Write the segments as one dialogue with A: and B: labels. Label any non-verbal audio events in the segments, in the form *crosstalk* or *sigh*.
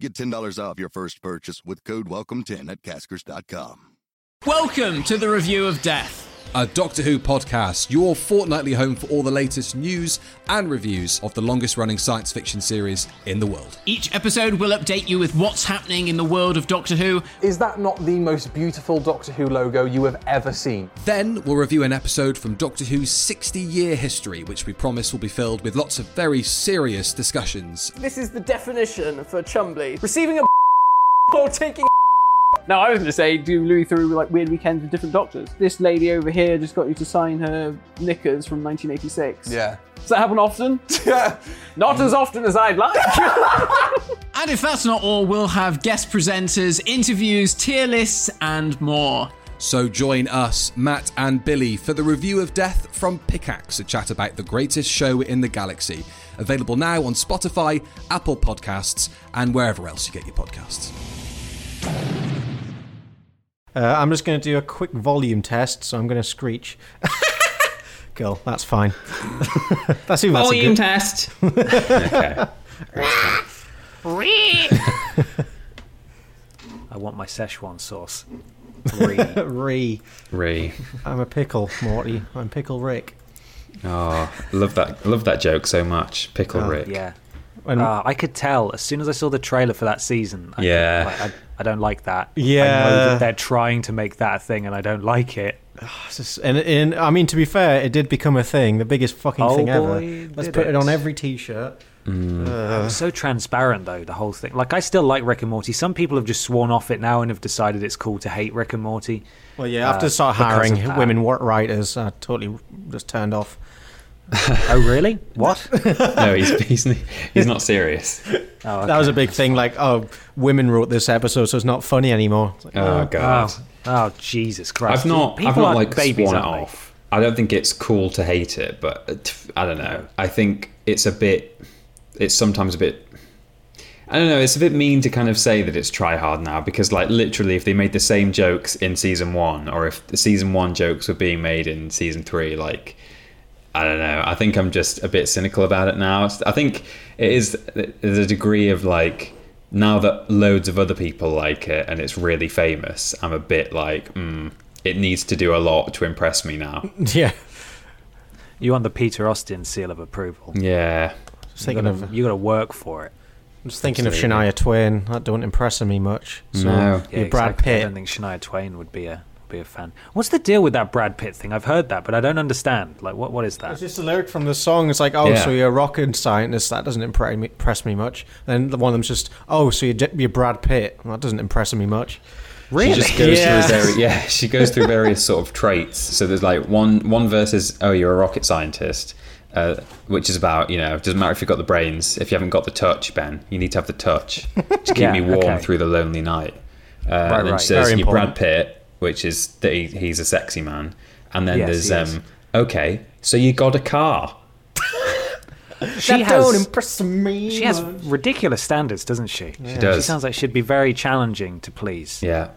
A: Get $10 off your first purchase with code WELCOME10 at caskers.com.
B: Welcome to the Review of Death.
C: a Doctor Who podcast, your fortnightly home for all the latest news and reviews of the longest running science fiction series in the world.
B: Each episode will update you with what's happening in the world of Doctor Who.
D: Is that not the most beautiful Doctor Who logo you have ever seen?
C: Then we'll review an episode from Doctor Who's 60 year history, which we promise will be filled with lots of very serious discussions.
E: This is the definition for Chumbly. Receiving a *laughs* or taking a *laughs* No, I was going to say do Louis through like weird weekends with different doctors. This lady over here just got you to sign her knickers from 1986.
D: Yeah.
E: Does that happen often? Not as often as I'd like.
B: *laughs* And if that's not all, we'll have guest presenters, interviews, tier lists, and more.
C: So join us, Matt and Billy, for the review of Death from Pickaxe, a chat about the greatest show in the galaxy. Available now on Spotify, Apple Podcasts, and wherever else you get your podcasts.
F: Uh, I'm just going to do a quick volume test, so I'm going to screech. *laughs* Cool, that's fine. *laughs* that seems that's a
G: Volume
F: good.
G: test.
H: I want my
F: *laughs*
H: Szechuan sauce. Three.
F: Re,
G: Re.
F: I'm a pickle, Morty. I'm pickle Rick.
G: Oh, love that. Love that joke so much.
H: Oh.
G: Pickle Rick.
H: yeah.
F: And-
H: Ah, I could tell as soon as I saw the trailer for that season. I
G: Yeah.
H: could- like, I, I don't like that. I know
F: Yeah.
H: that they're trying to make that a thing, and I don't like it.
F: It's just- And, and I mean, to be fair, it did become a thing, the biggest fucking
H: Oh
F: thing ever.
H: boy,
F: Let's
H: did
F: put it. on
H: it.
F: every T-shirt.
H: It was so transparent though the whole thing. Like I still like Rick and Morty. Some people have just sworn off it now and have decided it's cool to hate Rick and Morty.
F: Well, yeah, after start
H: because
F: hiring
H: of that.
F: women wa- writers, I totally just turned off.
H: Oh
F: *laughs*
H: really? What?
G: No, he's *laughs* he's he's not serious.
H: Oh, okay.
F: That was a big thing. Like, oh, women wrote this episode, so it's not funny anymore. It's like,
G: Oh god.
H: Oh, oh Jesus Christ!
G: I've not
H: People
G: I've not
H: aren't
G: like
H: babies,
G: sworn it
H: aren't they?
G: off. I don't think it's cool to hate it, but uh, t- I don't know. I think it's a bit. It's sometimes a bit. I don't know. It's a bit mean to kind of say that it's try hard now because, like, literally, if they made the same jokes in season one, or if the season one jokes were being made in season three, like, I don't know. I think I'm just a bit cynical about it now. It's- I think it is there's a degree of like now that loads of other people like it and it's really famous. I'm a bit like, mm, it needs to do a lot to impress me now.
F: *laughs* yeah,
H: You want the Peter Austin seal of approval?
G: yeah,
F: just
H: You
F: thinking
H: gotta,
F: of
H: you gotta work for it.
F: I'm just thinking of
G: Absolutely.
F: Shania Twain. That don't impress me much. So
G: No.
H: Yeah,
F: your Brad
H: exactly. I
F: Pitt.
H: don't think Shania Twain would be a be a fan. What's the deal with that Brad Pitt thing? I've heard that, but I don't understand. Like, what what is
F: It's
H: that?
F: just a lyric from the song. It's like, oh,
G: Yeah.
F: so you're a rocket scientist. That doesn't impre- me- impress me much. Then the one of them's just, oh, so you're, J- you're Brad Pitt. That doesn't impress me much.
G: She just goes
F: Yeah.
G: through
F: *laughs*
G: very, yeah, she
H: *laughs*
G: goes through various sort of traits. So there's like one one verse is oh you're a rocket scientist, uh, which is about you know it doesn't matter if you've got the brains if you haven't got the touch, Ben. You need to have the touch to
H: *laughs*
G: keep
H: Yeah,
G: me warm
H: okay.
G: through the lonely night. Uh, and then
H: right.
G: she says
F: Very
G: you're Brad
F: important.
G: Pitt, which is that he, he's a sexy man. And then
H: Yes, he
G: there's
H: is.
G: um okay, so you got a car.
H: She
F: impress me.
H: She has ridiculous standards, doesn't she? She
G: does.
H: She sounds like she'd be very challenging to please.
G: Yeah.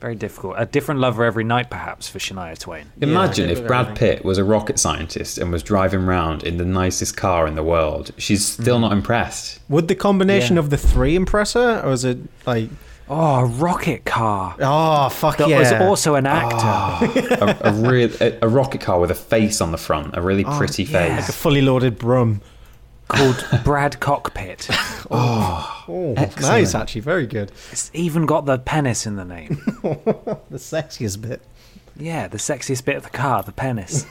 H: Very difficult. A different lover every night, perhaps, for Shania Twain.
G: Imagine
F: Yeah.
G: if Brad Pitt was a rocket scientist and was driving round in the nicest car in the world. She's still
H: Mm.
G: not impressed.
F: Would the combination
H: Yeah.
F: of the three impress her, or is it like,
H: Oh, a rocket car.
F: oh, fuck
H: That
F: yeah? Ah.
H: was also an actor.
G: a, a real a, a rocket car with a face on the front, a really pretty
H: Oh, yeah.
G: face.
F: a fully loaded brum.
H: *laughs* called Brad Cockpit.
F: Oh, nice, actually, very good.
H: It's even got the penis in the
F: *laughs*
H: name.
F: The sexiest bit.
H: Yeah, the sexiest bit of the car, the penis.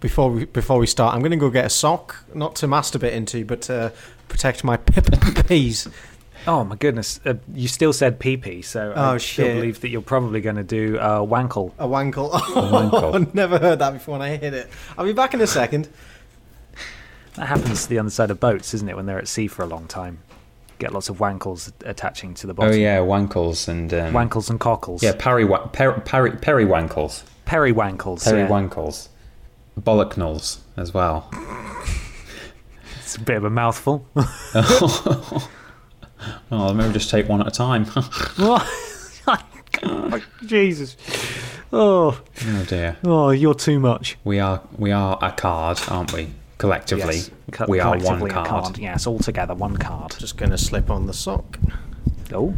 F: Before we before we start, I'm going to go get a sock, not to masturbate into, but to protect my pip peas.
H: Oh my goodness! Uh, you still said pee pee, so I
F: Oh,
H: still
F: shit.
H: believe that you're probably going to do uh, wankle.
F: A wankle. *laughs*
G: wankle.
F: never heard that before, and I hit it. I'll be back in a second.
H: That happens to the underside of boats, isn't it, when they're at sea for a long time? get lots of wankles attaching to the
G: Oh
H: bottom.
G: yeah, wankles and um,
H: Wankles and cockles.
G: Yeah, parry wa- per- parry perry wankles,
H: Periwankles.
G: perry
H: yeah.
G: wankles, bollocknulls as well.
H: It's a bit of a
G: *laughs*
H: mouthful. *laughs*
G: Oh, maybe just take one at a time. *laughs*
H: Oh, Jesus. Oh,
G: oh dear,
H: oh, you're too much.
G: we are we are a card, aren't we? Collectively,
H: Co-
G: we are one
H: collectively a
G: card.
H: Yes, all together, one card.
F: Just gonna slip on the sock.
H: Oh,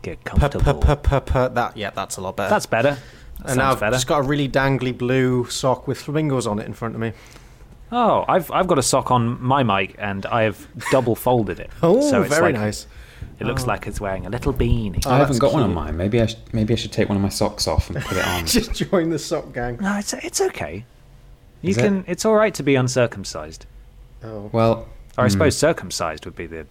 H: get
F: Puh, puh,
H: comfortable.
F: puh, puh, puh. That yeah, that's a lot better.
H: That's better. That
F: and now
H: sounds
F: I've
H: better.
F: just got a really dangly blue sock with flamingos on it in front of me. *laughs*
H: Oh, I've I've got a sock on my mic and I have double folded
G: *laughs*
H: it.
F: Oh,
H: so it's
F: very
H: like,
F: nice.
H: It looks like it's wearing a little beanie.
G: Oh. I haven't
F: that's
G: got one on
F: cute.
G: mine. Maybe I sh- maybe I should take one of my socks off and put it
H: *laughs*
G: on.
F: Just join the sock gang.
H: No, it's it's okay. You
G: Is it?
H: can. It's all right to be uncircumcised,
G: well,
H: or I suppose circumcised would be the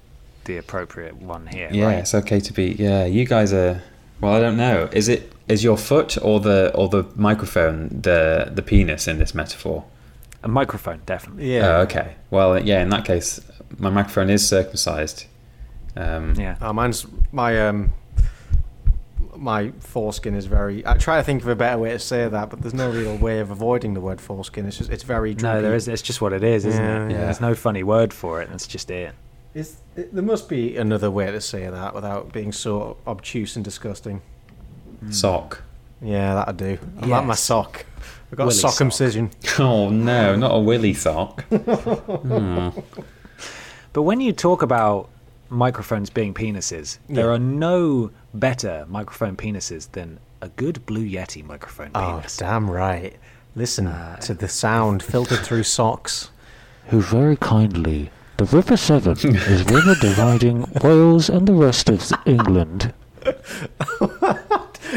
H: the appropriate one here.
G: yeah,
H: right?
G: it's okay to be. Yeah, you guys are. Well, I don't know. Is it is your foot or the or the microphone the the penis in this metaphor?
H: A microphone, definitely.
G: Oh,
F: Yeah.
G: okay. Well, yeah. In that case, my microphone is circumcised. Um,
H: Yeah.
F: oh, mine's my um my foreskin is very. I try to think of a better way to say that, but there's no real way of avoiding the word foreskin. It's just it's very.
H: No,
F: droopy.
H: there is. It's just what it is, isn't it?
G: Yeah.
H: There's no funny word for it. That's just it.
F: Is, there must be another way to say that without being so obtuse and disgusting.
G: Sock. *laughs*
F: Yeah, that'd do. I like my
H: Yes.
F: sock. I got
H: Willy
F: a
H: sock.
F: circumcision.
G: Oh no, not a willy sock.
H: But when you talk about microphones being penises, there are no better microphone penises than a good Blue Yeti microphone
F: Oh,
H: penis.
F: damn right. Listen to the sound filtered through *laughs* socks.
I: who very kindly the River Severn
H: *laughs*
I: is river dividing Wales and the rest of
H: *laughs*
I: England.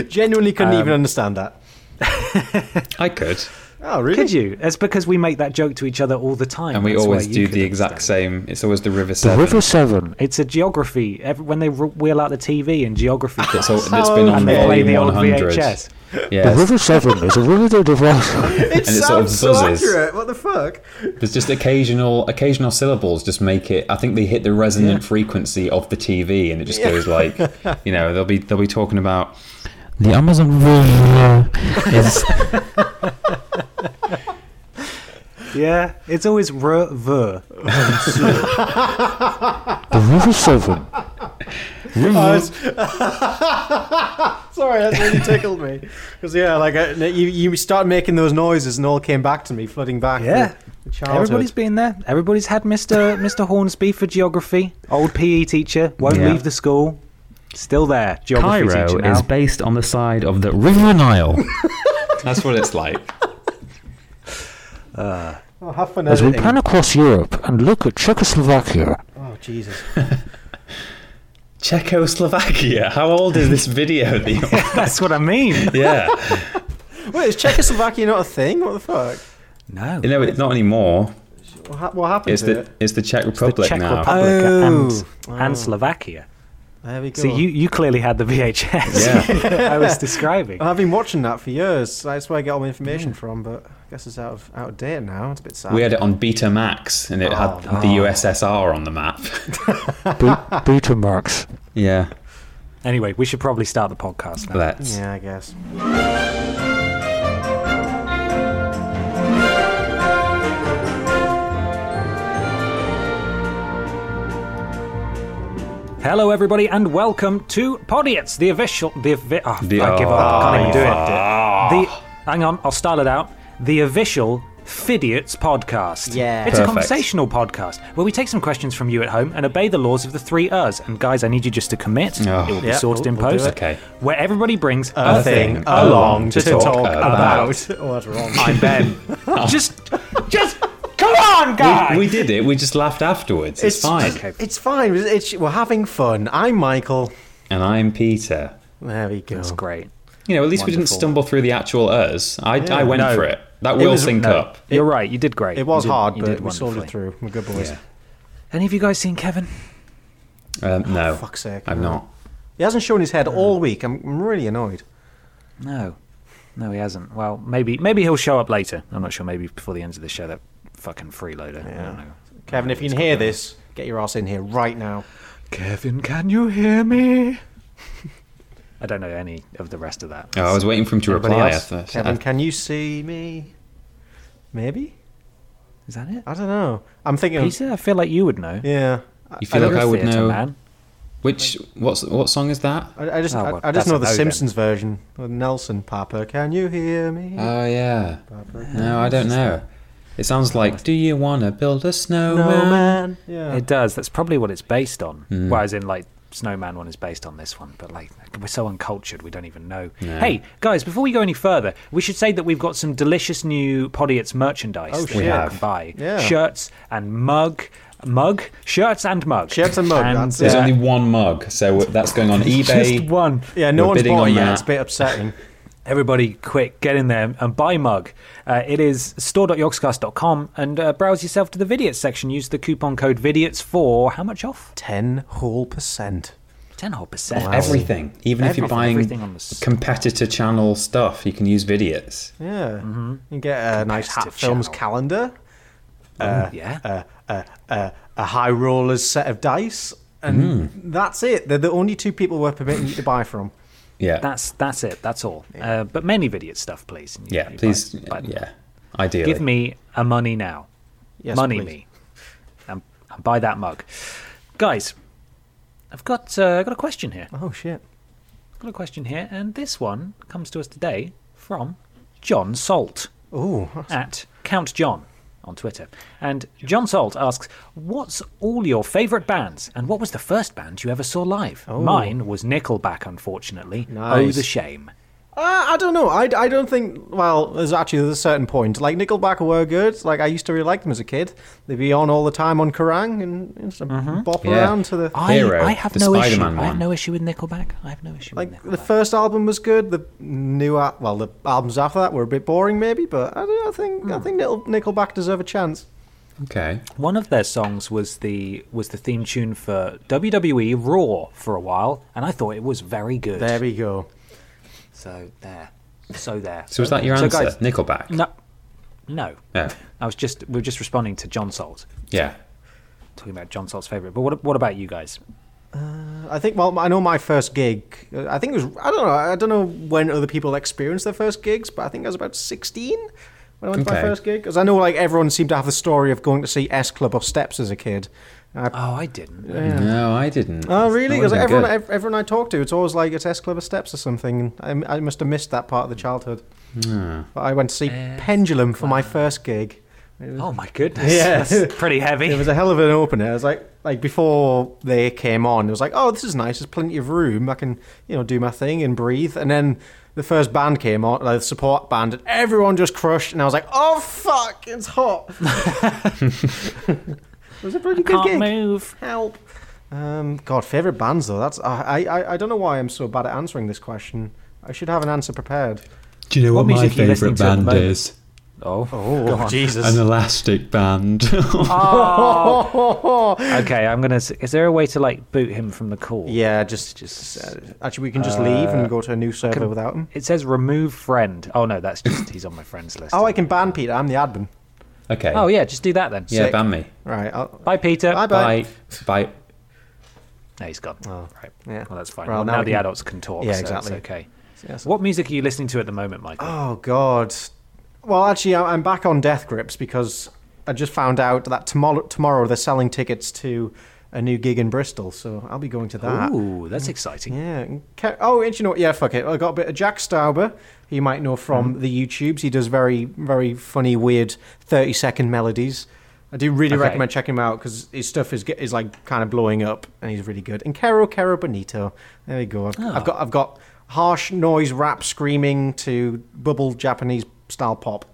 F: Genuinely couldn't even understand that.
G: I could,
F: Oh, really?
H: Could you? That's because we make that joke to each other all the time.
G: and we
H: That's why
G: always
H: you
G: do
H: could
G: the exact
H: understand.
G: same. It's always the River
I: The
G: Severn.
I: River Severn
H: It's a geography. Every, when they r- wheel out the TV in geography class,
G: It's all, it's been on
H: and they play the
G: volume
H: old
G: 100.
H: VHS.
I: the
G: Yes,
I: River Severn is a river that
H: *laughs*
I: divides.
F: It
G: And it sort of
F: sounds so
G: buzzes.
F: accurate. What the fuck?
G: there's just occasional occasional syllables just make it. I think they hit the resonant frequency of the TV, and it just goes like, you know, they'll be they'll be talking about
I: the Amazon River is
H: Yeah, it's always r ver.
I: the River Severn.
F: *laughs* Sorry, that really tickled me. Because yeah, like uh, you, you started making those noises, and all came back to me, flooding back.
H: Yeah.
F: the childhood.
H: Everybody's been there. Everybody's had *laughs* Mr. Mr. Hornsby for geography. Old PE teacher won't
G: Yeah.
H: leave the school. Still there. Geography
G: Cairo
H: teacher now. *laughs*
G: is based on the side of the River Nile. That's what it's like.
F: oh, have fun
I: As we
F: editing.
I: pan across Europe and look at Czechoslovakia,
F: Oh Jesus!
G: Czechoslovakia. How old is this video? that you're-
H: That's what I
G: *laughs*
H: mean.
G: yeah.
F: Wait, is Czechoslovakia not a thing? What the fuck?
H: No.
G: You know, it's not anymore.
F: What, ha- what happened
G: It's
F: to
G: the
F: it?
G: it's the Czech
H: the
G: Republic
H: Czech
G: now.
H: Republic
I: Oh.
H: and,
G: Oh.
H: and Slovakia.
F: There we go.
H: So you, you clearly had the VHS I was describing.
F: I've been watching that for years. That's where I get all my information from. But I guess it's out of out of date now. It's a bit sad.
G: We had it on Betamax, and it had the USSR on the map. *laughs*
I: Be- beta marks.
G: yeah,
H: Anyway, we should probably start the podcast now.
G: let's.
F: Yeah, I guess.
H: Hello, everybody, and welcome to Podiots, the official. The, offi- oh,
G: The-
H: I give up. I can't even do
G: oh,
H: it. The, hang on, I'll style it out. The official Fidiots podcast.
F: Yeah.
H: It's
G: Perfect.
H: a conversational podcast where we take some questions from you at home and obey the laws of the three us. And guys, I need you just to commit.
G: Oh.
H: It will be
F: Yeah,
H: sorted in
F: we'll- we'll do
H: post.
G: it. Okay.
H: Where everybody brings a,
G: thing along to talk about.
F: *laughs* Oh, that's wrong.
H: I'm Ben.
G: *laughs*
H: Just, just come on, guys.
G: We, we did it. We just laughed afterwards. It's, fine.
F: It's fine. It's, it's- we're having fun. I'm Michael.
G: And I'm Peter.
F: There we go.
H: That's great.
G: You know, at least we didn't
H: Wonderful.
G: stumble through the actual us. I, I went
H: No.
G: for it. That will
F: was-
G: sync
H: No,
G: up.
H: you're right. You did great.
F: It was
H: You did-
F: hard,
H: you
F: but
H: did
F: we soldiered
H: wonderfully.
F: through. We're good boys.
H: Any of you guys seen Kevin?
G: Um, no,
F: Oh, fuck's sake.
G: I've not.
F: He hasn't shown his head all week. I'm, I'm really annoyed.
H: No, no, he hasn't. Well, maybe maybe he'll show up later. I'm not sure. Maybe before the end of the show, that fucking freeloader. I don't know.
F: Kevin, if you can hear this, Get your ass in here right now.
H: Kevin, can you hear me? I don't know any of the rest of that.
G: Oh, I was waiting for him to
F: Anybody
G: reply. I
F: else?
G: thought-
H: Uh,
F: Kevin, can you see me? Maybe?
H: Is that it?
F: I don't know. I'm thinking. of-
H: Peter, I feel like you would know.
F: Yeah.
G: You feel
F: I,
G: like
H: You're a
G: I would
H: theatre
G: know
H: Man.
G: which what's what song is that?
F: I, I just,
H: Oh, well,
F: I, I
H: that's
F: just
H: a
F: know the
H: no then.
F: Simpsons version. With Nelson, Papa, can you hear me?
H: Uh,
G: Oh yeah. No, I don't know. It sounds like Do you wanna build a snowman?
F: Snowman. Yeah.
H: It does. That's probably what it's based on.
G: Mm.
H: Whereas in like Snowman one is based on this one, but like we're so uncultured, we don't even know. Hey guys, before we go any further, we should say that we've got some delicious new Podiots merchandise
F: Oh,
H: that you
F: shit.
H: can buy.
F: Yeah.
H: Shirts and mug, mug, shirts and mug,
F: Shirts and mug, that's
G: There's
F: Yeah.
G: only one mug, so that's
F: *laughs*
G: going
H: *laughs*
G: on
H: just
G: eBay.
H: one.
F: yeah, no
G: We're
F: one's
G: bidding
F: bought
G: on
F: it yet.
G: that.
F: It's a bit upsetting. *laughs*
H: Everybody, quick, get in there and buy mug. Uh, it is store.yogscast.com and uh, browse yourself to the Vidiots section. Use the coupon code Vidiots for how much off?
F: 10 whole percent.
H: Ten whole percent.
G: Everything, even if you're
H: Everything,
G: buying
H: everything on the s-
G: competitor channel stuff, you can use videos.
F: Yeah.
H: Mm-hmm.
F: You get a nice Hat
H: Competitive
F: Films
H: channel.
F: calendar,
H: uh, yeah.
F: a High Rollers set of dice, and
H: Mm.
F: that's it. They're the only two people we're permitting you to buy from.
G: Yeah,
H: That's that's it. That's all. Uh, but mainly video stuff, please. You-
G: yeah.
H: you
G: Please,
H: buy- buy them.
G: yeah. Ideally,
H: Give me a money now.
F: Yes,
H: money
F: please.
H: me, and, and buy that mug, guys. I've got uh, I've got a question here.
F: Oh, shit.
H: I've got a question here, and this one comes to us today from John Salt
F: Ooh, that's-
H: at Count John on Twitter. And John Salt asks, "What's all your favourite bands, and what was the first band you ever saw live?"
G: Oh.
H: Mine was Nickelback, unfortunately. Oh,
F: Nice.
H: the shame.
F: Uh, I don't know. I, I don't think. Well, there's actually there's a certain point. Like Nickelback were good. Like I used to really like them as a kid. They'd be on all the time on Kerrang and you know, just bop
G: Yeah.
F: around to the.
H: I,
G: Hero,
H: I have
G: the
H: no issue.
G: Spider-Man
H: I have
G: one.
H: no issue with Nickelback. I have no issue
F: Like
H: with
F: the
H: Nickelback.
F: first album was good. The new al- well, the albums after that were a bit boring, maybe. But I, don't- I think I think Nickel- Nickelback deserve a chance.
G: okay.
H: One of their songs was the was the theme tune for WWE Raw for a while, and I thought it was very good.
F: There we go.
H: So there, so there.
G: So was that your
H: So,
G: answer?
H: guys-
G: Nickelback.
H: No, no.
G: Yeah.
H: I was just we were just responding to John Salt
G: Yeah.
H: talking about John Salt's favorite. But what what about you guys?
F: I think. Well, I know my first gig. uh, I think it was. I don't know. I don't know when other people experienced their first gigs, but I think I was about sixteen when I went to my
G: Okay.
F: first gig. Because I know like everyone seemed to have the story of going to see S Club or Steps as a kid.
H: Oh, I didn't.
G: No, I didn't.
F: Oh, really?
G: Ah,
F: Because
G: That would've been
F: everyone,
G: good.
F: ev- everyone I talk to, it's always like it's S Club or Steps or something. And I, I must have missed that part of the childhood.
G: Hmm.
F: But I went to see Pendulum for my first gig.
H: Oh my goodness.
F: *laughs* Yeah.
H: That's pretty heavy.
F: It was a hell of an opener. It was like like before they came on, it was like, oh, this is nice. There's plenty of room. I can you know do my thing and breathe. And then the first band came on, like the support band, and everyone just crushed. And I was like, oh fuck, it's hot. *laughs* it was a pretty good
H: Can't
F: gig.
H: move.
F: Help. Um, God, favorite bands though. That's I, I I don't know why I'm so bad at answering this question. I should have an answer prepared.
G: Do you know
H: What music are you listening to at the moment? Oh,
F: Oh Jesus!
G: elastic band.
H: *laughs*
G: *laughs*
H: okay. I'm gonna. s- Is there a way to like boot him from the call?
F: Yeah, just just uh, actually, we can just leave and go to a new server without him.
H: It says remove friend. Oh no, that's just he's on my friends list.
F: Oh, I can ban Peter. I'm the admin.
G: okay.
H: Oh yeah, just do that then.
G: Yeah,
F: sick.
G: ban me.
F: Right. I'll,
H: Bye, Peter.
F: Bye,
G: Bye.
F: Bye.
G: Bye.
H: No, he's gone. right.
F: yeah.
H: Well, that's fine.
F: Well,
H: Well, now,
F: now we
H: the
F: can-
H: adults can talk.
F: Oh. Yeah,
H: so
F: exactly.
H: It's okay.
F: Yes.
H: What music are you listening to at the moment, Michael?
F: Oh God. Well, actually, I- I'm back on Death Grips because I just found out that tomorrow tomorrow they're selling tickets to a new gig in Bristol, so I'll be going to that.
H: Ooh, that's exciting.
F: Yeah. and Ke- Oh, and you know what? Yeah, fuck it. I got a bit of Jack Stauber. who You might know from
H: Mm-hmm.
F: the YouTubes. He does very, very funny, weird thirty-second melodies. I do really
H: Okay.
F: recommend checking him out because his stuff is ge- is like kind of blowing up, and he's really good. And Caro Caro Bonito. There you go. I've,
H: Ah.
F: I've got I've got harsh noise rap screaming to bubble Japanese style pop.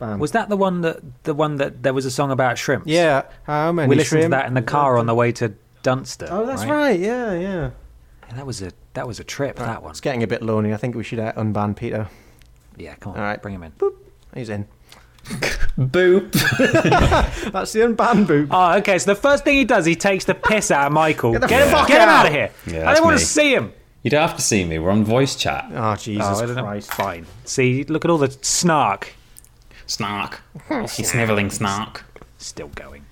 H: Was that the one that the one that there was a song about shrimps?
F: Yeah. How many
H: we listened
F: shrimp-
H: to that in the car on the way to Dunster.
F: Oh, that's right.
H: right.
F: Yeah, yeah.
H: And that was a that was a trip. That one.
F: It's getting a bit lonely. I think we should uh, unban Peter.
H: Yeah, come on,
F: All right.
H: bring him in.
F: He's in.
G: Boop.
F: *laughs* That's the unban boot.
H: Oh, okay. So the first thing he does, he takes the piss out of Michael. Get,
F: the
H: him,
F: fuck
H: get him
F: out.
H: out of here.
G: Yeah,
H: I
G: that's
H: don't want
G: me.
H: to see him.
G: You don't have to see me. We're on voice chat.
F: Oh, Jesus
H: I don't know.
F: Christ.
H: Fine. See, look at all the snark.
G: Snark. She's sniveling snark.
H: Still going.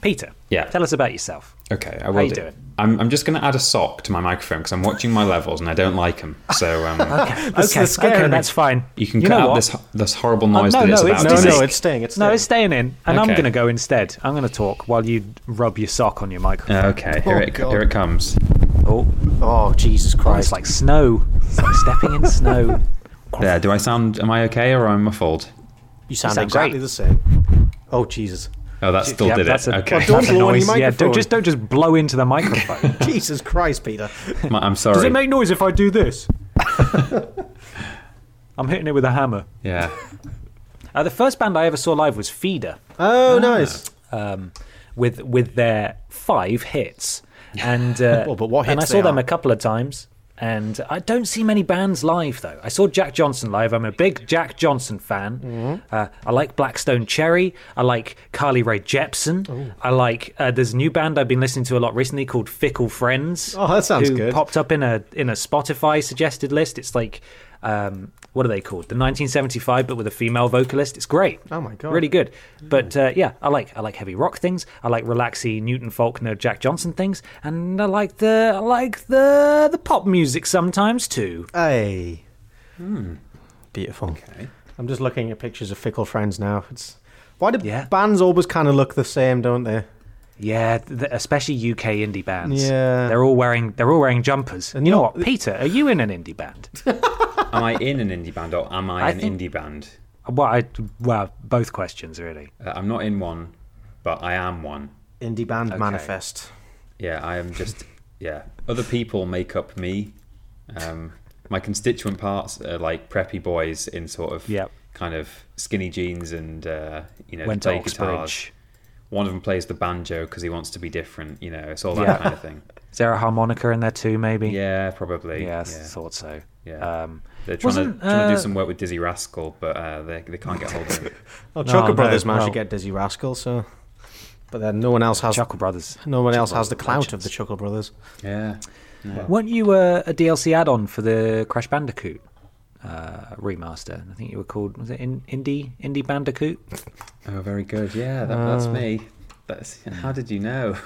H: Peter,
G: Yeah.
H: tell us about yourself.
G: Okay, I will
H: How you
G: do.
H: doing?
G: I'm, I'm just going to add a sock to my microphone because I'm watching my levels and I don't like them.
H: *laughs*
G: So um,
F: Ah, This
H: okay,
F: is scary.
H: okay, that's fine.
G: you can
H: you
G: cut
H: know
G: out
H: what?
G: this this horrible noise
H: no,
G: that it's
H: no,
G: about
H: it's
G: to
H: not.
F: No,
G: make.
F: no, it's staying. It's
H: No,
F: staying.
H: it's staying in, and I'm
G: Okay.
H: going to go instead. I'm going to talk while you rub your sock on your microphone.
G: Okay, here
F: Oh,
G: it
F: God.
G: here it comes.
H: Oh,
F: oh Jesus
H: oh, it's
F: Christ!
H: like snow. It's like stepping in snow.
G: There, do I sound? Am I okay or am I muffled?
F: you sound,
H: sound
F: exactly
H: great.
F: the same. Oh Jesus!
G: Oh, that still
H: Yeah,
G: did
H: that's
G: it.
H: A,
G: okay,
F: Well,
H: that's a
F: blow on your
H: noise. Yeah,
F: microphone.
H: don't just don't just blow into
F: *laughs*
H: the microphone.
F: Jesus Christ,
H: *laughs*
F: Peter!
G: My- I'm sorry.
H: Does it make noise if I do this? *laughs* I'm hitting it with a hammer.
G: yeah,
H: Uh, the first band I ever saw live was Feeder.
F: Oh, nice.
H: um, with with their five hits. And uh,
F: *laughs* Well, but what
H: and I
F: hits
H: saw
F: they
H: them
F: are.
H: a couple of times. And I don't see many bands live though. I saw Jack Johnson live. I'm a big Jack Johnson fan.
F: Mm-hmm.
H: Uh, I like Blackstone Cherry. I like Carly Rae Jepsen. I like. Uh, there's a new band I've been listening to a lot recently called Fickle Friends.
F: Oh, that sounds
H: who
F: good.
H: Popped up in a in a Spotify suggested list. It's like. Um, what are they called? The 1975, but with a female vocalist. It's great.
F: Oh my God.
H: Really good. But uh, yeah, I like I like heavy rock things. I like relaxy Newton Faulkner, Jack Johnson things, and I like the I like the the pop music sometimes too.
F: Hey.
H: Hmm.
F: Beautiful. I'm just looking at pictures of fickle friends now. It's why do
H: Yeah.
F: bands always kind of look the same, don't they?
H: Yeah, th especially UK indie bands.
F: Yeah.
H: they're all wearing they're all wearing jumpers. And you know
F: no,
H: what, Peter, are you in an indie band?
F: *laughs*
G: am I in an indie band or am I,
H: I
G: an
H: think-
G: indie band?
H: well, I, well, both questions really.
G: Uh, I'm not in one, but I am one.
F: Indie band manifest.
G: Yeah, I am just. Yeah, other people make up me. Um, my constituent parts are like preppy boys in sort of
H: Yep.
G: kind of skinny jeans and uh, you know
H: Went to
G: play guitars.
H: Oxbridge.
G: One of them plays the banjo because he wants to be different. You know, it's all that
H: Yeah.
G: kind of *laughs* thing.
H: Is there a harmonica in there too? Maybe.
G: Yeah, probably.
H: Yeah, I
G: yeah.
H: thought so.
G: yeah.
H: Um,
G: They're trying to,
H: wasn't,
G: trying to
H: uh,
G: do some work with Dizzy Rascal, but uh, they they can't get hold of *laughs* him.
F: Oh, Chucker
H: no,
F: Brothers managed
H: well-
F: to get Dizzy Rascal, so. But then no one else has.
H: Chuckle Brothers.
F: no one else
H: Chuckle
F: has the clout of
H: Legends.
F: the Chuckle Brothers.
G: Yeah.
H: Weren't you uh, a DLC add-on for the Crash Bandicoot uh, remaster? I think you were called was it in, Indie Indie Bandicoot?
G: Oh, very good. Yeah, that, that's me. That's, Uh, how did you know?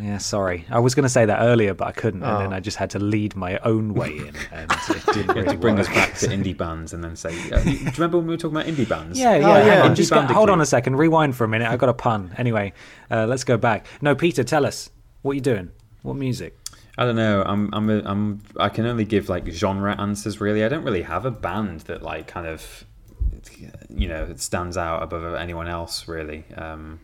H: Yeah, sorry, I was going to say that earlier, but I couldn't, and then I just had to lead my own way in, and it didn't
G: You have
H: really
G: to bring
H: work.
G: us back *laughs* to indie bands and then say, uh, you- do you remember when we were talking about indie bands?
H: Yeah, yeah.
F: yeah.
H: hang on,
G: Indie
H: just go- hold
G: Bandicoot.
H: on a second. Rewind for a minute. I got a pun. Anyway, uh, let's go back. No, Peter, tell us what you doing. What music?
G: I don't know. I'm, I'm, a, I'm, I can only give like genre answers. Really, I don't really have a band that like kind of, you know, stands out above anyone else. Really. Um,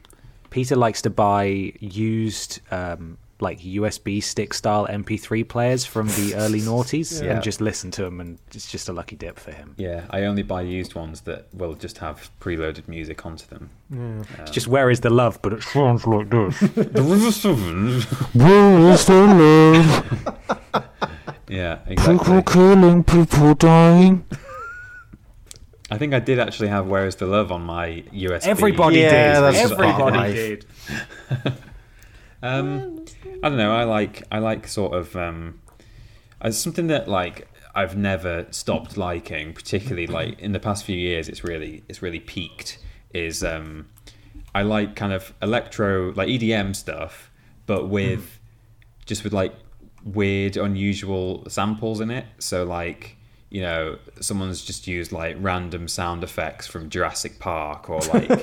H: Peter likes to buy used um, like USB stick style MP3 players from the *laughs* early noughties
G: Yeah.
H: and just listen to them, and it's just a lucky dip for him.
G: yeah, I only buy used ones that will just have preloaded music onto them.
H: It's just where is the love, but it's
I: Sounds like *laughs* this. Where is
G: yeah,
I: the love? People
G: exactly.
I: killing, people dying.
G: I think I did actually have "Where Is the Love" on my USB.
H: everybody
F: Yeah,
H: did.
F: that's
G: just part of
H: Everybody
F: life.
H: did.
G: Um, I don't know. I like I like sort of um, it's something that like I've never stopped liking. Particularly like in the past few years, it's really it's really peaked. Is um, I like kind of electro like EDM stuff, but with just with like weird, unusual samples in it. So like. You know, someone's just used like random sound effects from Jurassic Park, or like you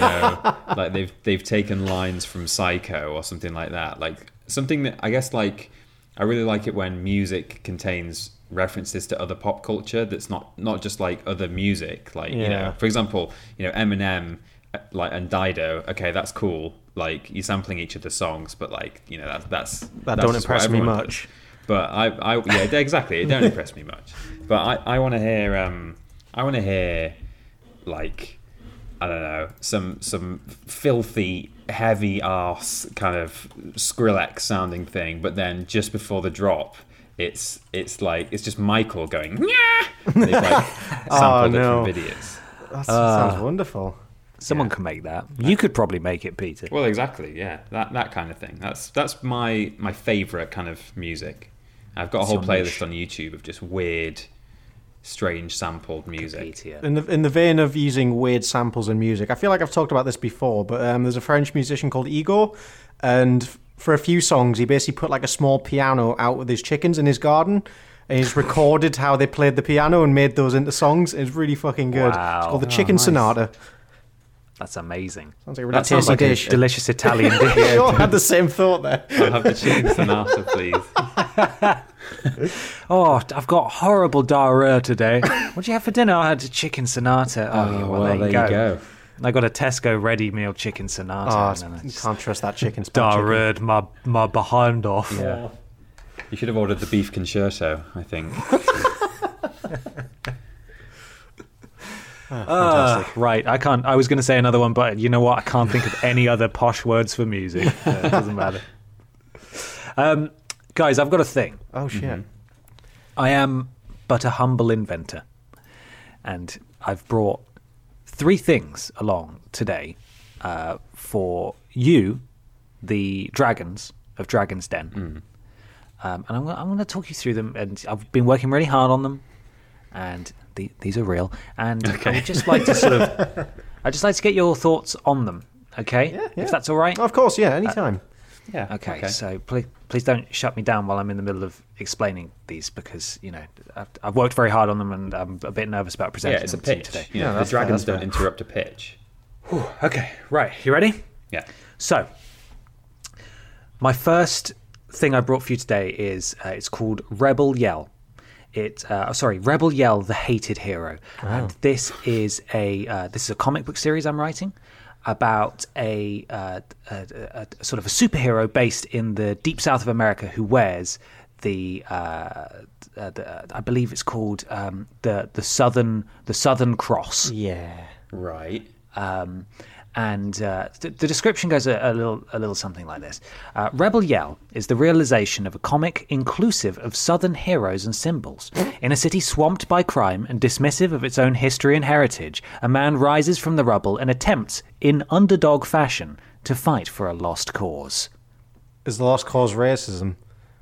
G: know, like they've they've taken lines from Psycho or something like that. Like something that I guess like I really like it when music contains references to other pop culture that's not not just like other music. Like you
F: Yeah.
G: know, for example, you know Eminem uh, like and Dido. Okay, that's cool. Like you're sampling each other's songs, but like you know that's that's
F: That
G: that's
F: don't
G: just what
F: impress me
G: everyone
F: much.
G: does. But I, I yeah, exactly. It don't
F: *laughs*
G: impress me much. But I, I want to hear, um, I want to hear, like, I don't know, some some filthy, heavy ass kind of Skrillex sounding thing. But then just before the drop, it's it's like it's just Michael going,
F: *laughs*
G: yeah. They've like sampled
F: Oh, no.
G: it from videos.
F: That sounds wonderful.
H: Someone can make that. You could probably make it, Peter.
G: Well, exactly. Yeah, that that kind of thing. That's that's my my favorite kind of music. I've got a whole
H: Some niche.
G: playlist on YouTube of just weird strange sampled music.
F: In the in the vein of using weird samples in music, I feel like I've talked about this before, but um, there's a French musician called Igor, and f- for a few songs, he basically put like a small piano out with his chickens in his garden, and *laughs* he's recorded how they played the piano and made those into songs. It's really fucking good. It's
H: Wow.
F: called the
H: Oh,
F: Chicken
H: nice.
F: Sonata.
H: That's amazing.
F: Sounds like a really
H: That sounds
F: tasty
H: like
F: *laughs*
H: a
F: dish.
H: delicious Italian *laughs* dish.
F: We all *laughs* had the same thought there.
G: I'll have the chicken
H: *laughs*
G: sonata, please.
H: Oh, I've got horrible diarrhea today. What'd you have for dinner? I had a chicken sonata. Oh, yeah, well, there, you, go. I got a Tesco ready meal chicken sonata.
F: Oh, *laughs*
H: and then I
F: it's-
H: just
F: can't trust that chicken. spot chicken.
H: diarrhea'd my, my behind off.
G: Yeah. You should have ordered the beef concerto, I think.
H: Uh, right, I can't. I was going to say another one, but you know what? I can't think of any other posh words for music. Uh, it doesn't matter. Um, guys, I've got a thing.
F: Oh shit.
H: I am but a humble inventor, and I've brought three things along today uh, for you, the dragons of Dragon's Den.
F: Mm.
H: Um, and I'm, gonna- I'm going to talk you through them, and I've been working really hard on them, and the, these are real. And I would just like to
F: *laughs*
H: sort of, I just like to get your thoughts on them. Okay,
F: yeah.
H: if that's all right.
F: Oh, of course, yeah, anytime.
G: Yeah.
H: Okay, so please, please don't shut me down while I'm in the middle of explaining these because you know I've, I've worked very hard on them and I'm a bit nervous about
G: yeah,
H: presenting
G: it's a
H: them to you
G: pitch.
H: today.
G: You know, the dragons don't interrupt a pitch.
H: Okay, right, you ready?
G: Yeah.
H: So, my first thing I brought for you today is uh, it's called Rebel Yell. It uh, oh, sorry, Rebel Yell, the hated hero, and this is a uh, this is a comic book series I'm writing about a, uh, a, a, a sort of a superhero based in the deep south of America who wears the. Uh, uh, the, I believe it's called um, the the southern the Southern Cross
F: Yeah.
G: Right.
H: um, and uh, th- the description goes a, a little a little something like this: uh, Rebel Yell is the realization of a comic inclusive of Southern heroes and symbols. In a city swamped by crime and dismissive of its own history and heritage, a man rises from the rubble and attempts, in underdog fashion, to fight for a lost cause.
F: Is the lost cause racism?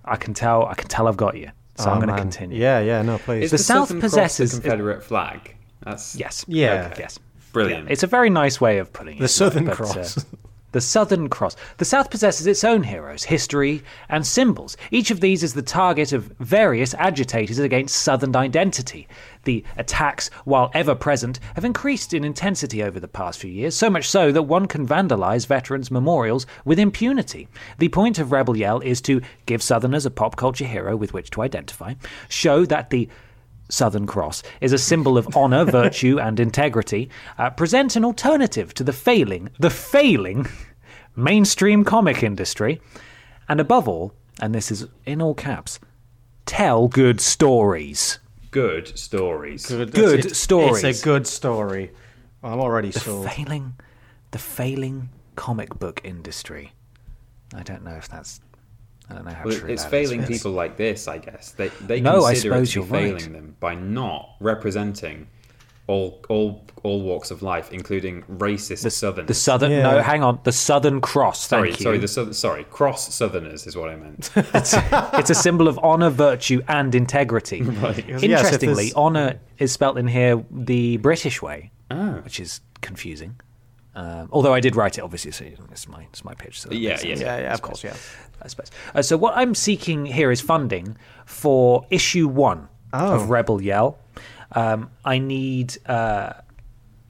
H: I can tell. I can tell. I've got you. So I'm
F: Oh,
H: going to
F: man.
H: continue.
F: Yeah, yeah, no, please.
G: Is
H: The South
G: Southern Cross
H: possesses-
G: the Confederate flag. That's
H: Yes.
F: Yeah.
H: Okay. Yes.
G: brilliant.
H: It's a very nice way of putting it.
F: The Southern
H: but, uh,
F: Cross.
H: the Southern Cross. The South possesses its own heroes, history, and symbols. Each of these is the target of various agitators against Southern identity. The attacks, while ever present, have increased in intensity over the past few years, so much so that one can vandalize veterans' memorials with impunity. The point of Rebel Yell is to give Southerners a pop culture hero with which to identify, show that the Southern Cross is a symbol of
G: *laughs*
H: honor, virtue, and integrity. Uh, present an alternative to the failing, the failing mainstream comic industry, and above all, and this is in all caps, tell good stories.
G: good stories.
H: good
F: it's,
H: stories.
F: It's a good story. I'm already sold.
H: Failing, the failing comic book industry. I don't know if that's. I don't know how
G: Well,
H: true
G: it's
H: that is,
G: failing
H: but it's-
G: people like this, I guess. They they
H: No, I
G: consider it
H: suppose
G: to
H: you're
G: be
H: right.
G: failing them by not representing all all all walks of life, including racist Southerners.
H: The Southern. No, hang on. The Southern Cross. Thank
G: sorry,
H: you.
G: sorry, the Southern, sorry, cross Southerners is what
H: *laughs*
G: I meant.
H: it's a symbol of honor, virtue, and
G: *laughs*
H: integrity.
F: if
H: Interestingly,
F: there's-
H: honor is spelt in here the British way,
G: Ah.
H: which is confusing. Um, although I did write it, obviously, so it's my it's my pitch. So that
G: yeah,
H: makes
G: yeah,
H: sense.
F: Yeah, yeah, of course, yeah.
H: I suppose. Uh, so what I'm seeking here is funding for issue one
F: Oh.
H: of Rebel Yell. Um, I need. Uh,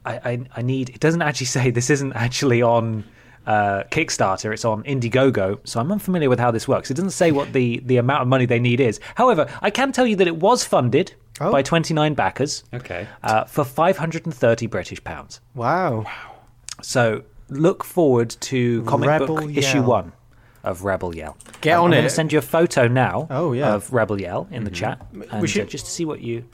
H: I, I I need. It doesn't actually say this isn't actually on. Uh, Kickstarter, it's on Indiegogo, so I'm unfamiliar with how this works. It doesn't say what the, the amount of money they need is. However, I can tell you that it was funded
F: Oh.
H: by 29 backers
G: Okay.
H: uh, for 530 British pounds.
F: Wow.
H: So look forward to comic
F: Rebel
H: book issue
F: Yell.
H: one of Rebel Yell.
F: Get on
H: I'm going
F: it.
H: to send you a photo now.
F: Oh, yeah. Mm-hmm.
H: of Rebel Yell in the chat, and,
F: should-
H: uh, just to see what you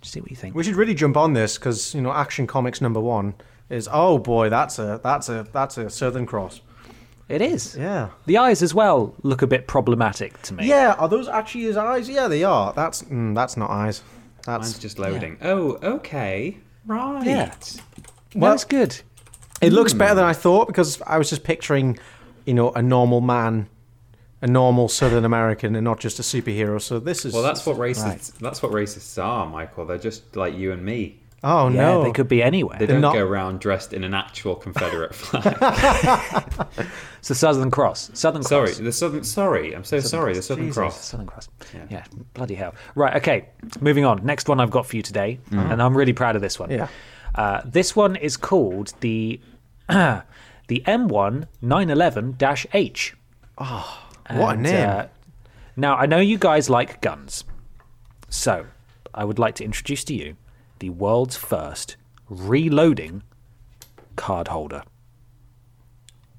H: just see what you think.
F: We should really jump on this because you know, Action Comics number one is oh boy, that's a that's a that's a Southern Cross.
H: it is.
F: Yeah.
H: The eyes as well look a bit problematic to me.
F: Yeah, are those actually his eyes? Yeah, they are. That's mm, that's not eyes.
G: Mine's
F: That's
G: just loading. Oh, okay. Right.
H: Yeah.
F: Well-
H: that's good.
F: it looks better than I thought because I was just picturing, you know, a normal man, a normal Southern American and not just a superhero. So this is
G: Well, that's what racists.
F: Right.
G: That's what racists are, Michael. They're just like you and me.
F: Oh
H: yeah,
F: no,
H: they could be anywhere.
G: They don't
F: not-
G: go around dressed in an actual Confederate
H: *laughs*
G: flag.
H: It's the Southern Cross. Southern
G: sorry,
H: Cross.
G: the Southern. Sorry, I'm so sorry. The Southern
H: Jesus,
G: Cross.
H: Southern Cross. Yeah. bloody hell. Right, okay, moving on. Next one I've got for you today,
G: Mm-hmm.
H: and I'm really proud of this one.
F: Yeah.
H: Uh, this one is called the *clears throat* the M1 911-H.
F: what a
H: And,
F: name.
H: uh, now, I know you guys like guns. So, I would like to introduce to you the world's first reloading card holder.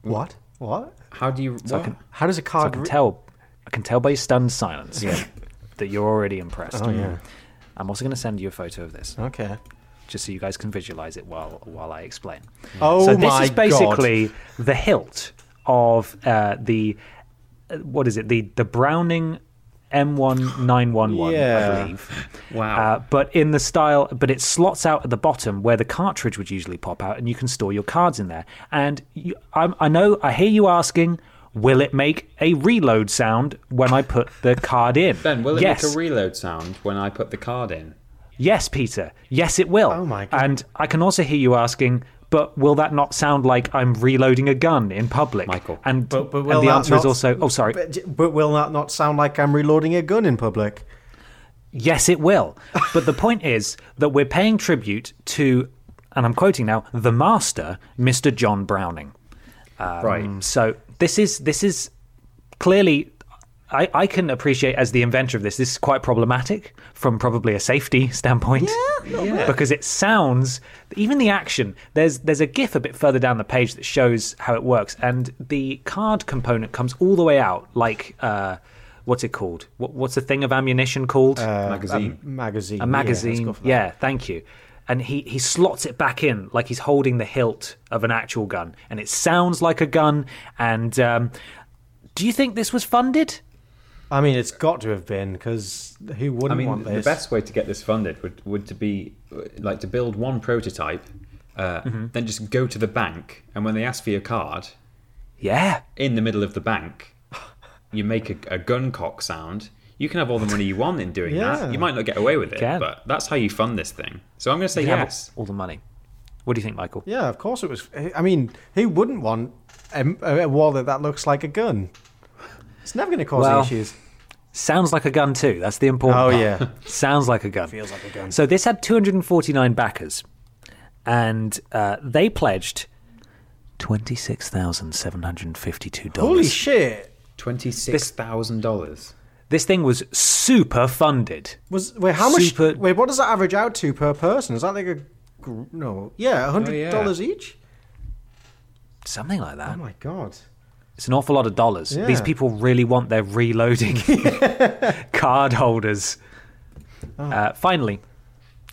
F: what? What?
G: How do you? what?
F: How does a card?
H: I can
F: re-
H: tell. I can tell by your stunned silence that you're already impressed. Oh yeah. I'm also going to send you a photo of this,
F: okay.
H: just so you guys can visualize it while while I explain.
F: Oh
H: so this
F: my
H: is basically the hilt of uh, the uh, what is it? The the Browning M1911,
F: Yeah.
H: I believe.
G: Wow.
H: Uh, but in the style, but it slots out at the bottom where the cartridge would usually pop out, and you can store your cards in there. And you, I, I know, I hear you asking, will it make a reload sound when I put the card in?
G: Ben, will it
H: yes.
G: make a reload sound when I put the card in?
H: Yes, Peter. Yes, it will. Oh
F: my God.
H: And I can also hear you asking, but will that not sound like I'm reloading a gun in public,
G: Michael.
H: And,
F: But- but
H: and
F: will
H: the
F: that
H: answer is
F: not-
H: also, oh, sorry.
F: God. Uh, But, but will that not sound like I'm reloading a gun in public?
H: Yes, it will. But the point is that we're paying tribute to, and I'm quoting now, the master, Mr. John Browning. Um,
G: right.
H: So this is this is clearly. I, I can appreciate as the inventor of this. This is quite problematic from probably a safety *laughs* standpoint, because it sounds even the action. There's there's a GIF a bit further down the page that shows how it works, and the card component comes all the way out. Like, uh, what's it called? What, what's the thing of ammunition called?
G: Uh, Magazine.
F: Magazine.
H: a magazine. Yeah, thank you. And he, he slots it back in like he's holding the hilt of an actual gun, and it sounds like a gun. And um, do you think this was funded?
F: I mean, it's got to have been because who wouldn't
G: I mean,
F: want
G: the
F: this?
G: best way to get this funded would, would to be like to build one prototype, uh, then just go to the bank, and when they ask for your card,
H: Yeah,
G: in the middle of the bank, you make a, a gun cock sound. You can have all the money you want in doing
F: Yeah.
G: that. You might not get away with it,
H: can.
G: but that's how you fund this thing. So I'm going to say
H: You can have
G: yes.
H: all the money. What do you think, Michael?
F: Yeah, of course it was. eh, I mean, who wouldn't want a, a wallet that looks like a gun? It's never going to cause
H: Well,
F: issues.
H: Sounds like a gun too. That's the important.
F: Oh,
H: part.
F: yeah.
H: *laughs* sounds like a gun. Feels like a gun. So this had 249 backers, and uh, they pledged twenty six thousand seven hundred fifty two dollars.
F: Holy shit!
G: Twenty six thousand dollars.
H: This thing was super funded.
F: Was wait how much?
H: Super-
F: Wait, what does that average out to per person? Is that like a gr- no? Yeah, hundred dollars each.
H: Something like that.
F: Oh my god!
H: It's an awful lot of dollars.
F: Yeah.
H: These people really want their reloading *laughs* card holders. Uh, finally,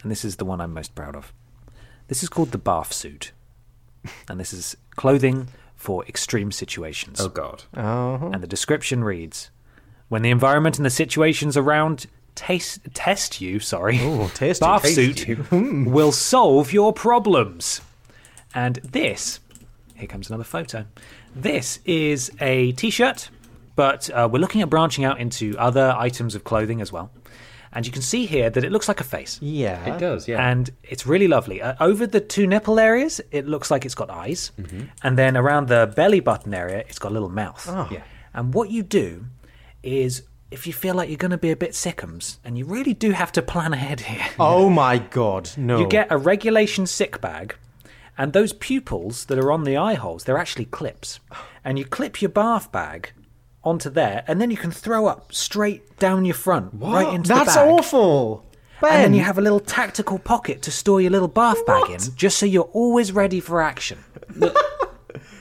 H: and this is the one I'm most proud of. This is called the bath suit, and this is clothing for extreme situations.
G: Oh God.
H: And the description reads: When the environment and the situations around taste, test you, sorry, *laughs*
F: tasty.
H: bath
F: Taste
H: suit will solve your problems. And this, here comes another photo. This is a t-shirt, but uh, we're looking at branching out into other items of clothing as well. And you can see here that it looks like a face.
F: Yeah,
G: It does, yeah.
H: And it's really lovely. Uh, over the two nipple areas, it looks like it's got eyes.
F: Mm-hmm.
H: And then around the belly button area, it's got a little mouth.
F: Oh.
G: Yeah.
H: And what you do is if you feel like you're going to be a bit sickums, and you really do have to plan ahead here,
F: Oh my god! No,
H: you get a regulation sick bag. And those pupils that are on the eye holes, they're actually clips. And you clip your bath bag onto there, and then you can throw up straight down your front, right into
F: Oh, that's
H: the bag.
F: awful. Ben,
H: And then you have a little tactical pocket to store your little bath bag in, just so you're always ready for action. *laughs*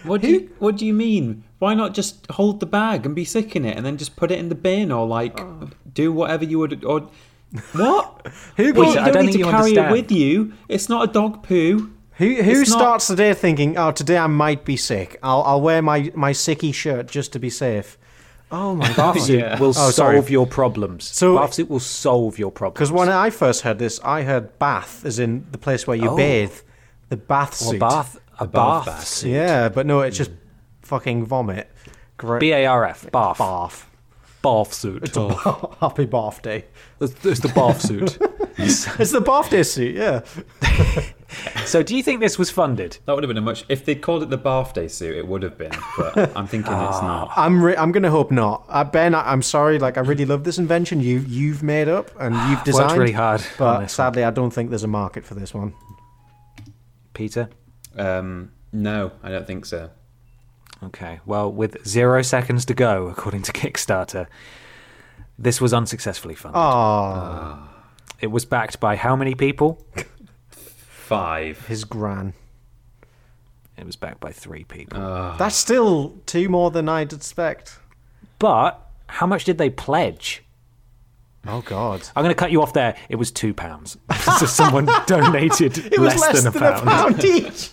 G: What do you What do you mean? Why not just hold the bag and be sick in it, and then just put it in the bin, or like
H: Oh.
G: do whatever you would? Or
H: *laughs*
G: what? Who?
H: goes-
G: you
H: I
G: don't,
H: don't
G: need
H: think
G: to
H: you
G: carry
H: understand.
G: it with you. It's not a dog poo.
F: who who
G: it's not-
F: starts the day thinking, "Oh, today I might be sick. I'll I'll wear my my sicky shirt just to be safe." Oh
H: *laughs*
F: my god! Oh,
H: Bathsuit will solve
F: sorry.
H: your problems.
F: So-
H: So Bathsuit will solve your problems.
F: Because when I first heard this, I heard bath, as in the place where you
H: Oh.
F: bathe, the bath
H: or
F: suit.
H: bath, a bath,
G: bath bag.
H: suit. Hmm.
F: Yeah, but no, it's just fucking vomit. Great.
H: B A R F. Barf.
F: Barf.
H: Barf suit.
F: It's a bar- *laughs* happy barf day.
H: It's it's the barf
F: *laughs*
H: suit.
F: It's the barf day suit, yeah.
H: so, do you think this was funded?
G: That would have been a much. If they called it the bath day suit, it would have been. *laughs* But I'm thinking it's not.
F: I'm re- I'm gonna hope not. Uh, ben, I- I'm sorry. Like I really love this invention you you've made up
H: *sighs*
F: and you've designed.
H: really hard on
F: but
H: this
F: sadly, I don't think there's a market for this one.
H: Peter?
G: Um, no, I don't think so.
H: Okay. Well, with zero seconds to go, according to Kickstarter, this was unsuccessfully funded.
F: Ah,
H: It was backed by how many people?
G: Five.
F: his gran.
H: It was backed by three people.
F: That's still two more than I'd expect.
H: but how much did they pledge?
F: Oh God.
H: I'm going to cut you off there. It was two pounds. so someone donated
F: It
H: less,
F: was less
H: than, a pound.
F: each.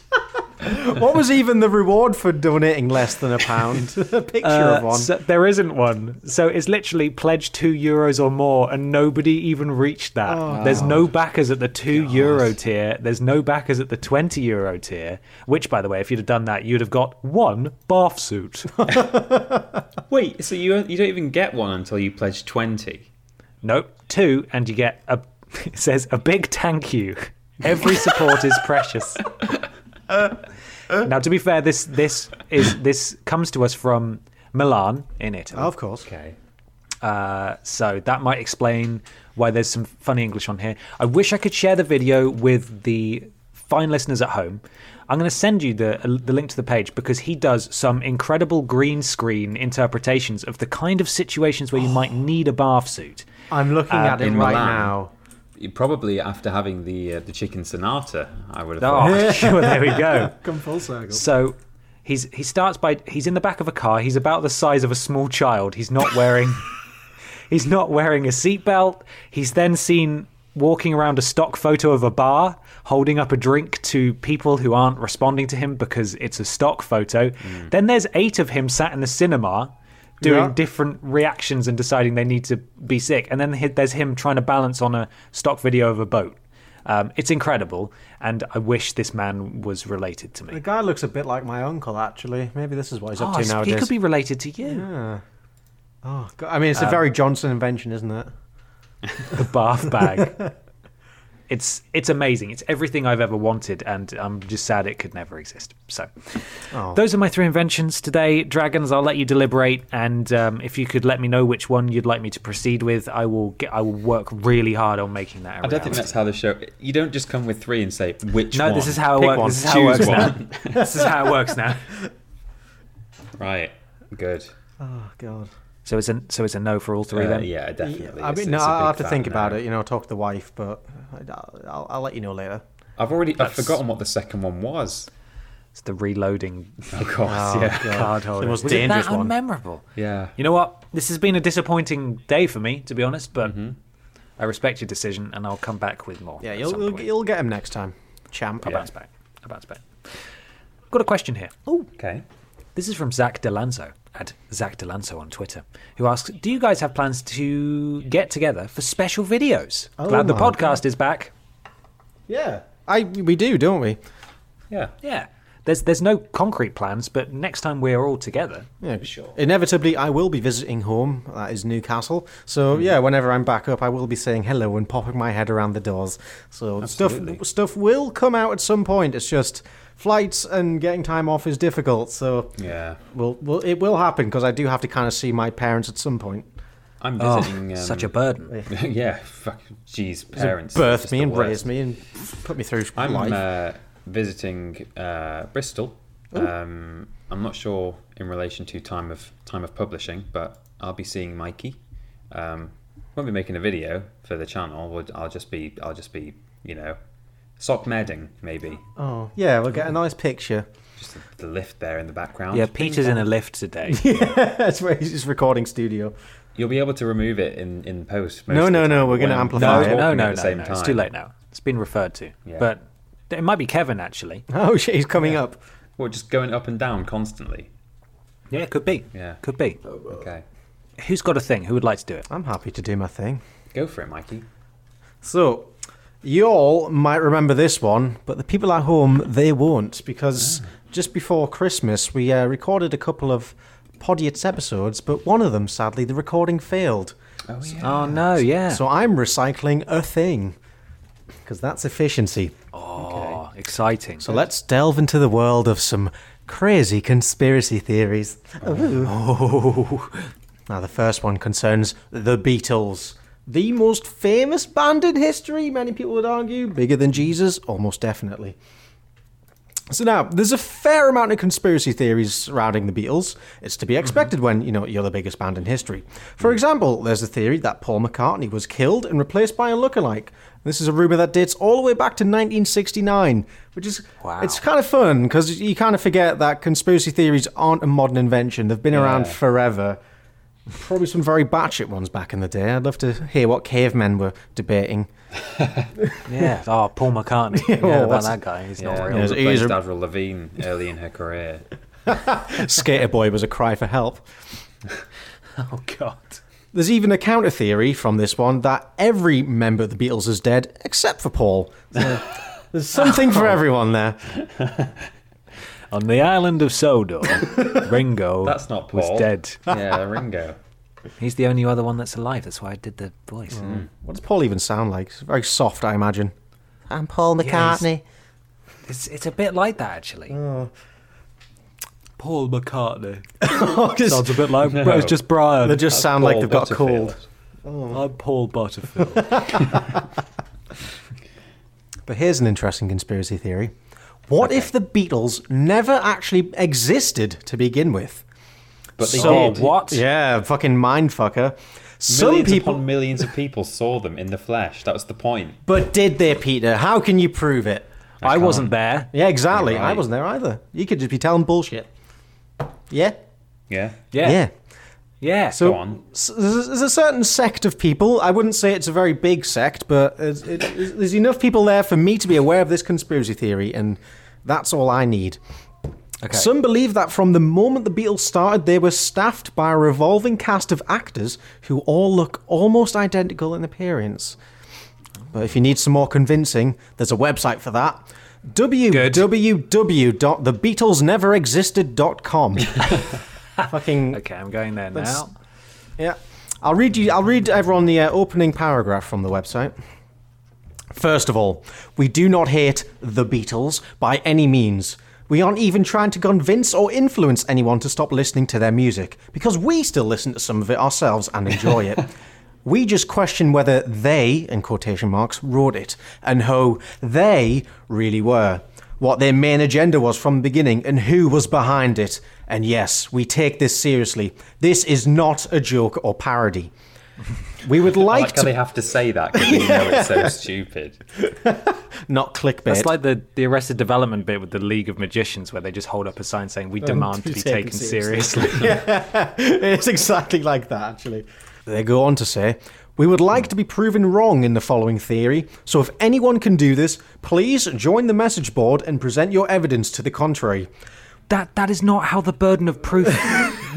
H: *laughs*
F: what was even the reward for donating less than a pound? a picture of
H: *laughs* Uh,
F: one.
H: so- there isn't one. So it's literally pledged two euros or more, and nobody even reached that. There's no backers at the two euro tier. There's no backers at the 20 euro tier, which, by the way, if you'd have done that, you'd have got one bath suit.
G: Wait, so you you don't even get one until you pledge twenty.
H: nope, two, and you get a, *laughs* it says, a big thank you. Every support is precious. now, to be fair, this this is this comes to us from Milan in Italy.
F: of course.
G: Okay.
H: so that might explain why there's some funny English on here. I wish I could share the video with the fine listeners at home. I'm going to send you the the link to the page because he does some incredible green screen interpretations of the kind of situations where you might need a bath suit.
F: I'm looking
H: Uh,
F: at it
G: in
F: right
G: Milan.
F: now.
G: You- Probably after having the uh, the chicken sonata, I would have thought.
H: Oh, *laughs* sure, there we go.
F: Come full circle.
H: So he's he starts by he's in the back of a car. He's about the size of a small child. He's not wearing *laughs* he's not wearing a seatbelt. He's then seen walking around a stock photo of a bar, holding up a drink to people who aren't responding to him because it's a stock photo. Then there's eight of him sat in the cinema. Doing
F: Yeah.
H: different reactions and deciding they need to be sick, and then hi- there's him trying to balance on a stock video of a boat. Um, it's incredible, and I wish this man was related to me.
F: The guy looks a bit like my uncle, actually. Maybe this is what he's up
H: Oh,
F: to
H: so
F: nowadays.
H: He could be Uh, related to you.
F: Oh, God. I mean, it's a very Johnson invention, isn't it?
H: The bath bag. *laughs* it's it's amazing. It's everything I've ever wanted, and I'm just sad it could never exist. So,
F: Oh.
H: those are my three inventions today. Dragons, I'll let you deliberate, and um, if you could let me know which one you'd like me to proceed with, I will get. I will work really hard on making that. a
G: I don't think
H: reality.
G: that's how the show. You don't just come with three and say which
H: No,
G: one.
H: this is how it
F: Pick
H: works.
F: one.
H: This is how it works
G: Choose
H: now. this is how it works now.
G: *laughs* Right. Good.
F: Oh, God.
H: So it's a so it's a no for all three
G: Uh,
H: then.
G: yeah, definitely.
F: I
G: It's-
F: mean, no,
G: it's a
F: I'll
G: big
F: have to
G: fat
F: think
G: no.
F: about it. You know, talk to the wife, but I- I'll, I'll let you know later.
G: I've already I've forgotten what the second one was.
H: It's the reloading
G: Of course, yeah,
H: card holder.
F: most
H: Oh, Was it that
F: dangerous one.
H: unmemorable?
G: yeah.
H: You know what? This has been a disappointing day for me, to be honest, but I respect your decision and I'll come back with more.
F: Mm-hmm. Yeah,
H: at
F: you'll,
H: some
F: you'll,
H: point.
F: you'll get him next time. Champ.
H: I'll bounce back. I'll bounce back. Got a question here. Oh,
G: Okay.
H: this is from Zach Delanzo at Zach Delanzo on Twitter, who asks Do you guys have plans to get together for special videos? Glad the
F: Oh my
H: podcast is back.
F: Yeah. I, we do, don't we?
G: Yeah.
H: Yeah. There's, there's no concrete plans, but next time we're all together,
F: Yeah, sure. Inevitably, I will be visiting home. That is Newcastle. So
H: Hmm.
F: yeah, whenever I'm back up, I will be saying hello and popping my head around the doors. So stuff stuff will come out at some point. It's just flights and getting time off is difficult. So
G: Yeah.
F: we'll, we'll it will happen because I do have to kind of see my parents at some point.
G: I'm
H: oh,
G: visiting. um,
H: such a burden.
G: *laughs* yeah. Fuck. Jeez, parents.
F: Birth
G: It's
F: me
G: the
F: and
G: worst.
F: raise me and put me through
G: I'm
F: life.
G: uh, visiting uh, Bristol. Um, I'm not sure in relation to time of time of publishing, but I'll be seeing Mikey. Um, won't be making a video for the channel. Would I'll just be I'll just be you know sock medding maybe
F: oh yeah, we'll get a nice picture.
G: just the, the lift there in the background.
H: Yeah, Peter's in a
F: *laughs*
H: lift today.
F: *laughs* That's where he's his recording studio.
G: You'll be able to remove it in in post. most
F: No,
G: of
F: no,
G: the
F: no,
G: time
F: we're gonna
G: when
F: amplify
G: we're
F: it.
G: talking
H: no,
G: at
H: no,
G: the
H: no,
G: same
H: no.
G: time.
H: It's too late now. It's been referred to.
G: Yeah.
H: But it might be Kevin actually.
F: *laughs* Oh shit, he's coming up.
G: We're just going up and down constantly.
H: Yeah, could be.
G: Yeah.
H: could be.
G: Okay,
H: Who's got a thing? Who would like to do it?
F: I'm happy to do my thing.
G: go for it, Mikey.
F: So, you all might remember this one, but the people
G: Ah.
F: at home, they won't, because just before Christmas, we uh, recorded a couple of Podiots episodes, but one of them, sadly, the recording failed.
G: Oh, yeah.
H: Oh no,
G: Ah.
H: yeah.
F: So I'm recycling a thing because that's efficiency.
H: oh, exciting.
F: So let's delve into the world of some crazy conspiracy theories. Oh. *laughs* Now, the first one concerns the Beatles. The most famous band in history, many people would argue. Bigger than Jesus? Almost definitely. So now, there's a fair amount of conspiracy theories surrounding the Beatles. It's to be
H: Mm-hmm.
F: expected when, you know, you're the biggest band in history.
H: Mm.
F: For example, there's a theory that Paul McCartney was killed and replaced by a lookalike. This is a rumor that dates all the way back to 1969, which is
H: Wow.
F: it's kind of fun because you kind of forget that conspiracy theories aren't a modern invention. They've been around forever. Probably some very batshit ones back in the day. I'd love to hear what cavemen were debating.
H: yeah. Oh, Paul McCartney. yeah,
F: well,
H: about
F: that's-
H: that guy. He's not
G: Yeah,
H: real.
F: *laughs*
G: who
F: Yes,
G: replaced
F: he's a-
G: Avril Lavigne early in
F: *laughs*
G: her career.
F: Skater boy was a cry for help.
H: Oh God.
F: There's even a counter theory from this one that every member of the Beatles is dead except for Paul.
G: *laughs*
F: So there's something
G: Oh.
F: for everyone there.
H: On the island of Sodor, Ringo
G: That's not Paul.
H: was dead.
G: Yeah, Ringo.
H: He's the only other one that's alive. That's why I did the voice.
F: What does Paul even sound like? It's very soft, I imagine. I'm Paul
H: he's-
F: *laughs*
H: It's it's a bit like that actually. Paul McCartney. Sounds a bit like
G: No.
H: it's just Brian.
F: they just sound like
G: Paul
F: they've got a
G: Butterfield.
F: cold.
H: I'm Paul Butterfield.
F: But here's an interesting conspiracy theory. What if the Beatles never actually existed to begin with?
G: But they
H: So
G: did.
H: what?
F: Yeah, fucking mindfucker. Some
G: Millions
F: people
G: upon millions of people saw them in the flesh. That was the point.
F: But did they, Peter? How can you prove it?
H: I wasn't there.
F: Yeah, exactly.
G: You're
F: I
G: right.
F: wasn't there either. You could just be telling bullshit. Yeah?
G: Yeah.
H: Yeah. Yeah. So
G: Go on.
F: S- there's there's a certain sect of people. I wouldn't say it's a very big sect, but there's, it, there's enough people there for me to be aware of this conspiracy theory, and that's all I need. Some believe that from the moment the Beatles started, they were staffed by a revolving cast of actors who all look almost identical in appearance. But if you need some more convincing, there's a website for that. www.thebeatlesneverexisted.com. *laughs* Fucking
H: okay, I'm going there now.
F: yeah. I'll read you. I'll read everyone the uh, opening paragraph from the website. First of all, we do not hate the Beatles by any means. We aren't even trying to convince or influence anyone to stop listening to their music because we still listen to some of it ourselves and enjoy
G: *laughs*
F: it. We just question whether they, in quotation marks, wrote it and who they really were, what their main agenda was from the beginning and who was behind it. And yes, we take this seriously. This is not a joke or parody. We would
G: *laughs* I
F: like,
G: like how
F: to
G: they have to say that because you know
H: *laughs*
G: it's so stupid.
F: not clickbait.
H: It's like the, the Arrested Development bit with the League of Magicians, where they just hold up a sign saying, "We demand to be taken seriously." *laughs*
F: *laughs* it's exactly like that, actually. They go on to say, We would like to be proven wrong in the following theory, so if anyone can do this, please join the message board and present your evidence to the contrary.
H: that that is not how the burden of proof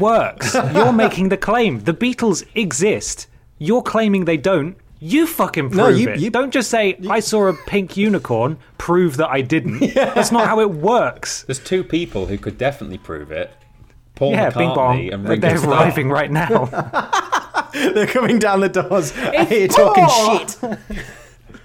H: *laughs* works. You're making the claim the Beatles exist. You're claiming they don't. You fucking prove
F: No, you-
H: it.
F: you-
H: don't just say I saw a pink unicorn. Prove that I
G: *laughs*
H: didn't. That's not how it works.
G: There's two people who could definitely prove it. Paul
H: yeah,
G: McCartney
H: bing bong.
G: and
H: But
G: Ringo
H: they're
G: Starr. *laughs*
H: arriving right now.
F: *laughs* They're coming down the doors. I hear you talking shit. *laughs*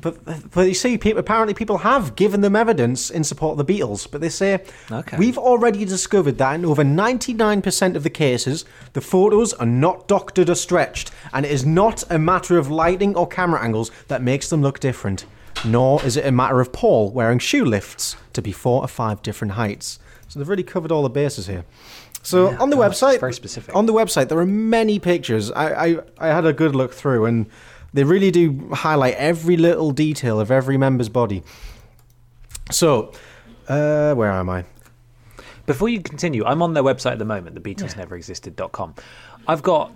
F: But, but you see, people, apparently people have given them evidence in support of the Beatles, but they say,
H: Okay.
F: we've already discovered that in over 99% of the cases, the photos are not doctored or stretched, and it is not a matter of lighting or camera angles that makes them look different, nor is it a matter of Paul wearing shoe lifts to be four or five different heights. So they've really covered all the bases here. So on the website,
H: very specific.
F: On the website, there are many pictures. I, I, I had a good look through, and they really do highlight every little detail of every member's body. So, uh, where am I?
H: Before you continue, I'm on their website at the moment, thebeatlesneverexisted.com. I've got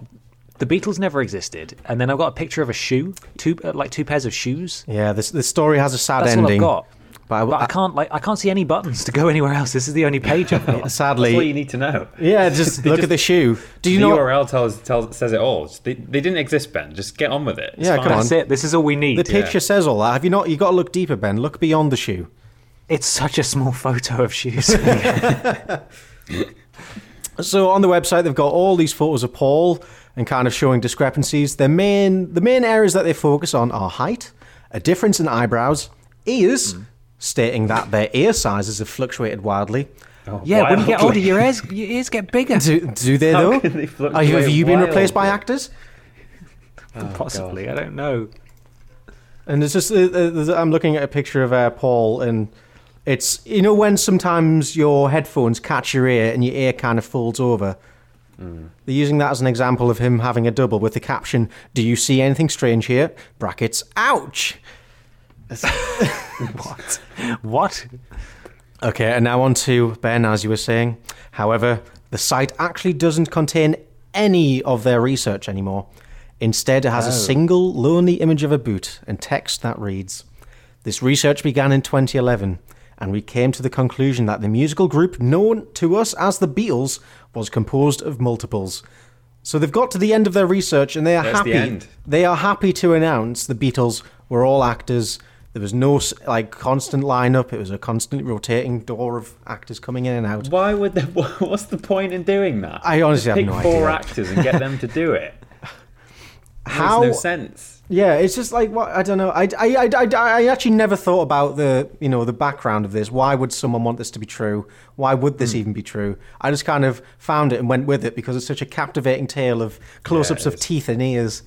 H: the Beatles never existed, and then I've got a picture of a shoe, two uh, like two pairs of shoes.
F: Yeah, this this story has a sad
H: That's
F: ending.
H: all I've got.
F: But I,
H: But I can't like I can't see any buttons to go anywhere else. This is the only page I've got.
G: That's
F: *laughs*
G: all
F: sadly,
G: you need to know.
F: yeah. Just
G: They
F: look at
G: just-
F: the shoe. Do you
G: the
F: know?
G: URL tells, tells says it all. They, they didn't exist, Ben. Just get on with it. It's
F: Yeah,
G: fine.
F: come on.
H: That's it. This is all we need.
F: the picture says all that. Have you not? You got to look deeper, Ben. Look beyond the shoe. *laughs*
H: It's such a small photo of shoes.
F: So on the website, they've got all these photos of Paul and kind of showing discrepancies. Their main the main areas that they focus on are height, a difference in eyebrows, ears,
G: Mm.
F: stating that their ear sizes have fluctuated wildly.
H: Yeah, when you get older,
G: Wildly.
H: your ears your ears get
F: *laughs*
H: bigger.
F: Do, do they
G: How
F: though?
G: can they fluctuate
F: Are you- have you been replaced by
G: wildly?
F: actors?
H: Possibly, I don't know.
F: And it's just uh, uh, I'm looking at a picture of uh, Paul, and it's you know when sometimes your headphones catch your ear and your ear kind of folds over. They're using that as an example of him having a double with the caption, "Do you see anything strange here?" Brackets. Ouch.
H: What?
F: Okay, and now on to Ben, as you were saying. However, the site actually doesn't contain any of their research anymore. Instead, it has
G: Oh.
F: a single lonely image of a boot and text that reads This research began in 2011, and we came to the conclusion that the musical group known to us as the Beatles was composed of multiples. So they've got to the end of their research and they are
G: That's
F: happy.
G: the end.
F: They are happy to announce the Beatles were all actors. There was no s- like constant lineup. It was a constantly rotating door of actors coming in and out.
G: Why would they, *laughs* what's the point in doing that?
F: I honestly have
G: Pick
F: no idea.
G: four actors and get them to
F: *laughs*
G: do it.
F: How?
G: Makes no sense.
F: Yeah, it's just like what I don't know. I, I, I, I, I actually never thought about the you know the background of this. Why would someone want this to be true? Why would
G: Hmm.
F: this even be true? I just kind of found it and went with it because it's such a captivating tale of close-ups of
G: is.
F: teeth and ears.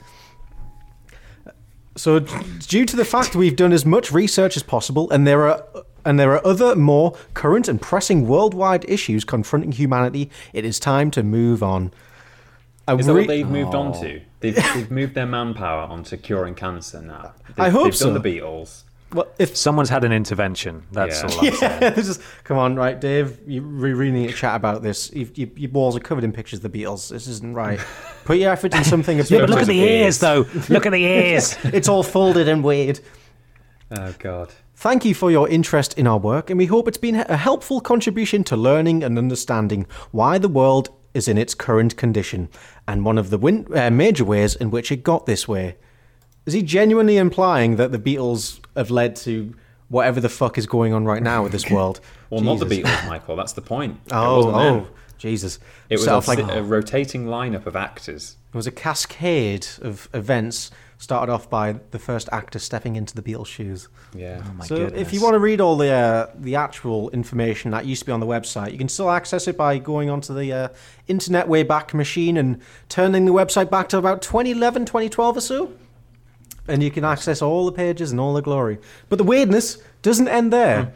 F: So, d- due to the fact we've done as much research as possible, and there are and there are other more current and pressing worldwide issues confronting humanity, it is time to move on. I
G: Is that
F: re- Oh.
G: what they've moved on to? They've, they've moved their manpower onto curing cancer now. They've,
F: I hope
G: they've
F: so.
G: done the Beatles.
F: well, if
H: Someone's had an intervention. That's
G: *laughs* Yeah.
H: all. I'm
F: *laughs*
H: saying.
F: This is- come on, right, Dave. You we really need to chat about this. You, you, your balls are covered in pictures of the Beatles. This isn't
H: *laughs*
F: right. Put your effort in something a bit.
H: But look at
G: Photos
H: the
G: of
H: ears,
G: ears.
H: though. Look
G: *laughs*
H: at the ears.
F: it's all folded and weird.
G: Oh God.
F: Thank you for your interest in our work, and we hope it's been a helpful contribution to learning and understanding why the world is in its current condition and one of the win- uh, major ways in which it got this way. Is he genuinely implying that the Beatles have led to whatever the fuck is going on right now with
H: *laughs*
F: this world?
G: Well, not the
F: Jesus.
G: Beatles, Michael. That's the point. It
F: Oh,
G: wasn't them.
F: oh, Jesus!
G: It was
F: So
G: a,
F: it's like-
G: a rotating lineup of actors.
F: It was a cascade of events started off by the first actor stepping into the Beatles' shoes.
G: Yeah.
H: My
F: so, if
H: goodness.
F: you want to read all the uh, the actual information that used to be on the website, you can still access it by going onto the uh, Internet Wayback Machine and turning the website back to about 2011, 2012 or so. And you can access all the pages and all the glory. But the weirdness doesn't end
G: Hmm.
F: there.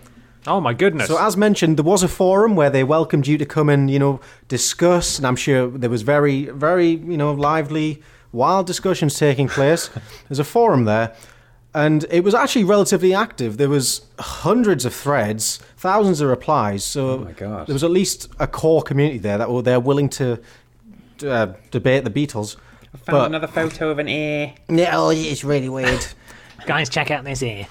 H: Oh my goodness.
F: So, as mentioned, there was a forum where they welcomed you to come and you know discuss, and I'm sure there was very, very you know lively, wild discussions taking
G: *laughs*
F: place. There's a forum there, and it was actually relatively active. There was hundreds of threads, thousands of replies. So
G: Oh my God.
F: there was at least a core community there that were they're willing to uh, debate the Beatles.
G: Found
F: But-
G: another photo of an ear.
F: No, it's oh, really weird.
H: *laughs* guys, check out this ear.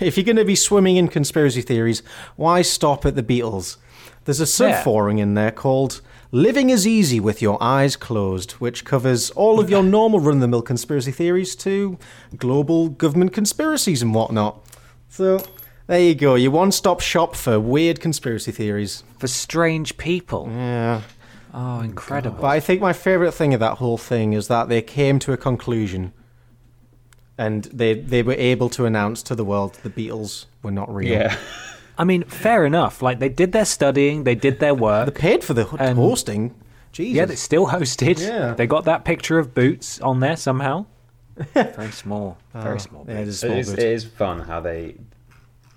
F: if you're going to be swimming in conspiracy theories, why stop at the Beatles? There's a sub
H: Yeah.
F: forum in there called Living is Easy with Your Eyes Closed, which covers all of your normal run of the mill conspiracy theories to global government conspiracies and whatnot. So, there you go, your one stop shop for weird conspiracy theories.
H: For strange people. Yeah. Oh, incredible.
F: But I think my favourite thing of that whole thing is that they came to a conclusion and they, they were able to announce to the world the Beatles were not real.
G: Yeah.
H: I mean, fair enough. Like they did their studying, they did their work.
F: They
H: *laughs*
F: paid for the ho-
H: And-
F: hosting. Jesus.
H: yeah, they still hosted.
F: Yeah.
H: They got that picture of boots on there somehow. *laughs* Oh, very small. Very small.
F: Yeah, it is
H: boots.
G: *laughs* It
F: small
G: is, it
F: bit.
G: is fun how they,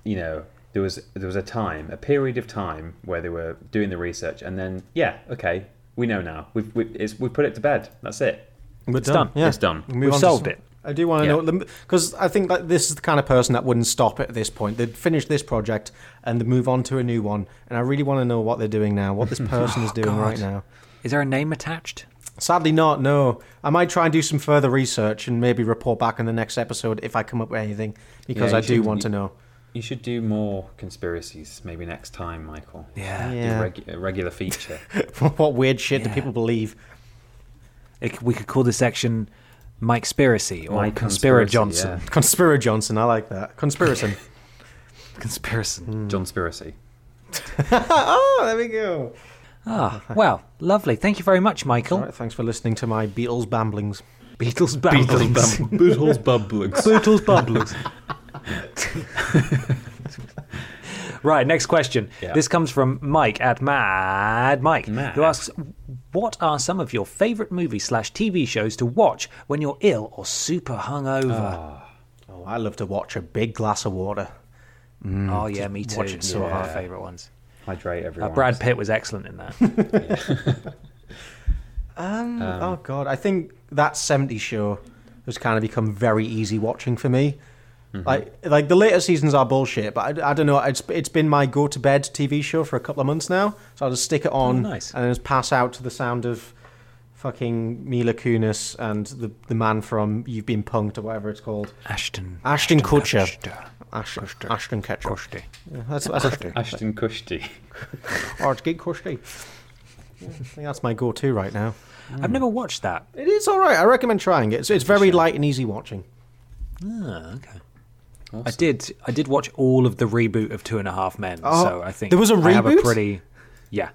G: you know, there was there was a time, a period of time where they were doing the research, and then yeah, okay, we know now. We've we it's, we put it to bed. That's it.
F: We're
H: It's done.
F: Yeah.
G: It's done.
F: Move
H: We've
F: on to
H: solved
F: some-
H: it.
F: I do want to
G: Yeah.
F: know because I think that this is the kind of person that wouldn't stop at this point. They'd finish this project and they'd move on to a new one. And I really want to know what they're doing now,
H: *laughs*
F: what this person
H: Oh,
F: is doing right now.
H: Is there a name attached?
F: Sadly, not. No, I might try and do some further research and maybe report back in the next episode if I come up with anything because
G: Yeah, you
F: I do
G: should-
F: want
G: you-
F: to know.
G: You should do more conspiracies maybe next time, Michael.
H: Yeah.
G: Do
F: Yeah.
G: regu- a
F: *laughs*
G: regular feature.
F: what weird shit do
H: Yeah.
F: people believe?
H: It- we could call this section Mike Spiracy or
G: My
H: Conspira
G: conspiracy,
H: Johnson.
F: Conspira Johnson, I like that.
G: *laughs*
F: Conspiracy.
H: *laughs* Conspiracy.
F: Hmm.
G: yeah. Johnspiracy.
F: oh, there we go.
H: Ah, well, lovely. Thank you very much, Michael.
F: All right, thanks for listening to my Beatles bamblings.
H: Beatles bamblings.
G: Bootles bubblings.
H: Beatles bamblings. *laughs* right, next question.
G: Yeah.
H: This comes from Mike at Mad Mike,
G: Mad.
H: who asks, "What are some of your favourite movie slash TV shows to watch when you're ill or super hungover?"
F: Oh, I love to watch a big glass of water.
H: oh yeah, me too.
F: watching
H: It's sort of
G: Yeah.
H: our favourite ones.
G: Hydrate everyone.
H: Uh, Brad Pitt was excellent in that.
F: oh god, I think that 70 show has kind of become very easy watching for me. Like, like the later seasons are bullshit, but I, I don't know. It's it's been my go to bed TV show for a couple of months now, so I'll just stick it on
H: nice.
F: and then just pass out to the sound of fucking Mila Kunis and the the man from You've Been Punked or whatever it's called,
H: *laughs* Ashton.
F: Ashton Kutcher, Ashton Ashton Kutcher. Yeah, that's that's
G: Ashton Kushti.
F: *laughs* Archgate Kutcher. Yeah, I think that's my go to right now.
H: I've never watched that.
F: It is all right. I recommend trying it. It's, it's very light and easy watching.
H: Ah, okay. I did. I did watch all of the reboot of Two and a Half Men. so I think
F: there was a
H: I have a
F: reboot?
H: pretty. Yeah.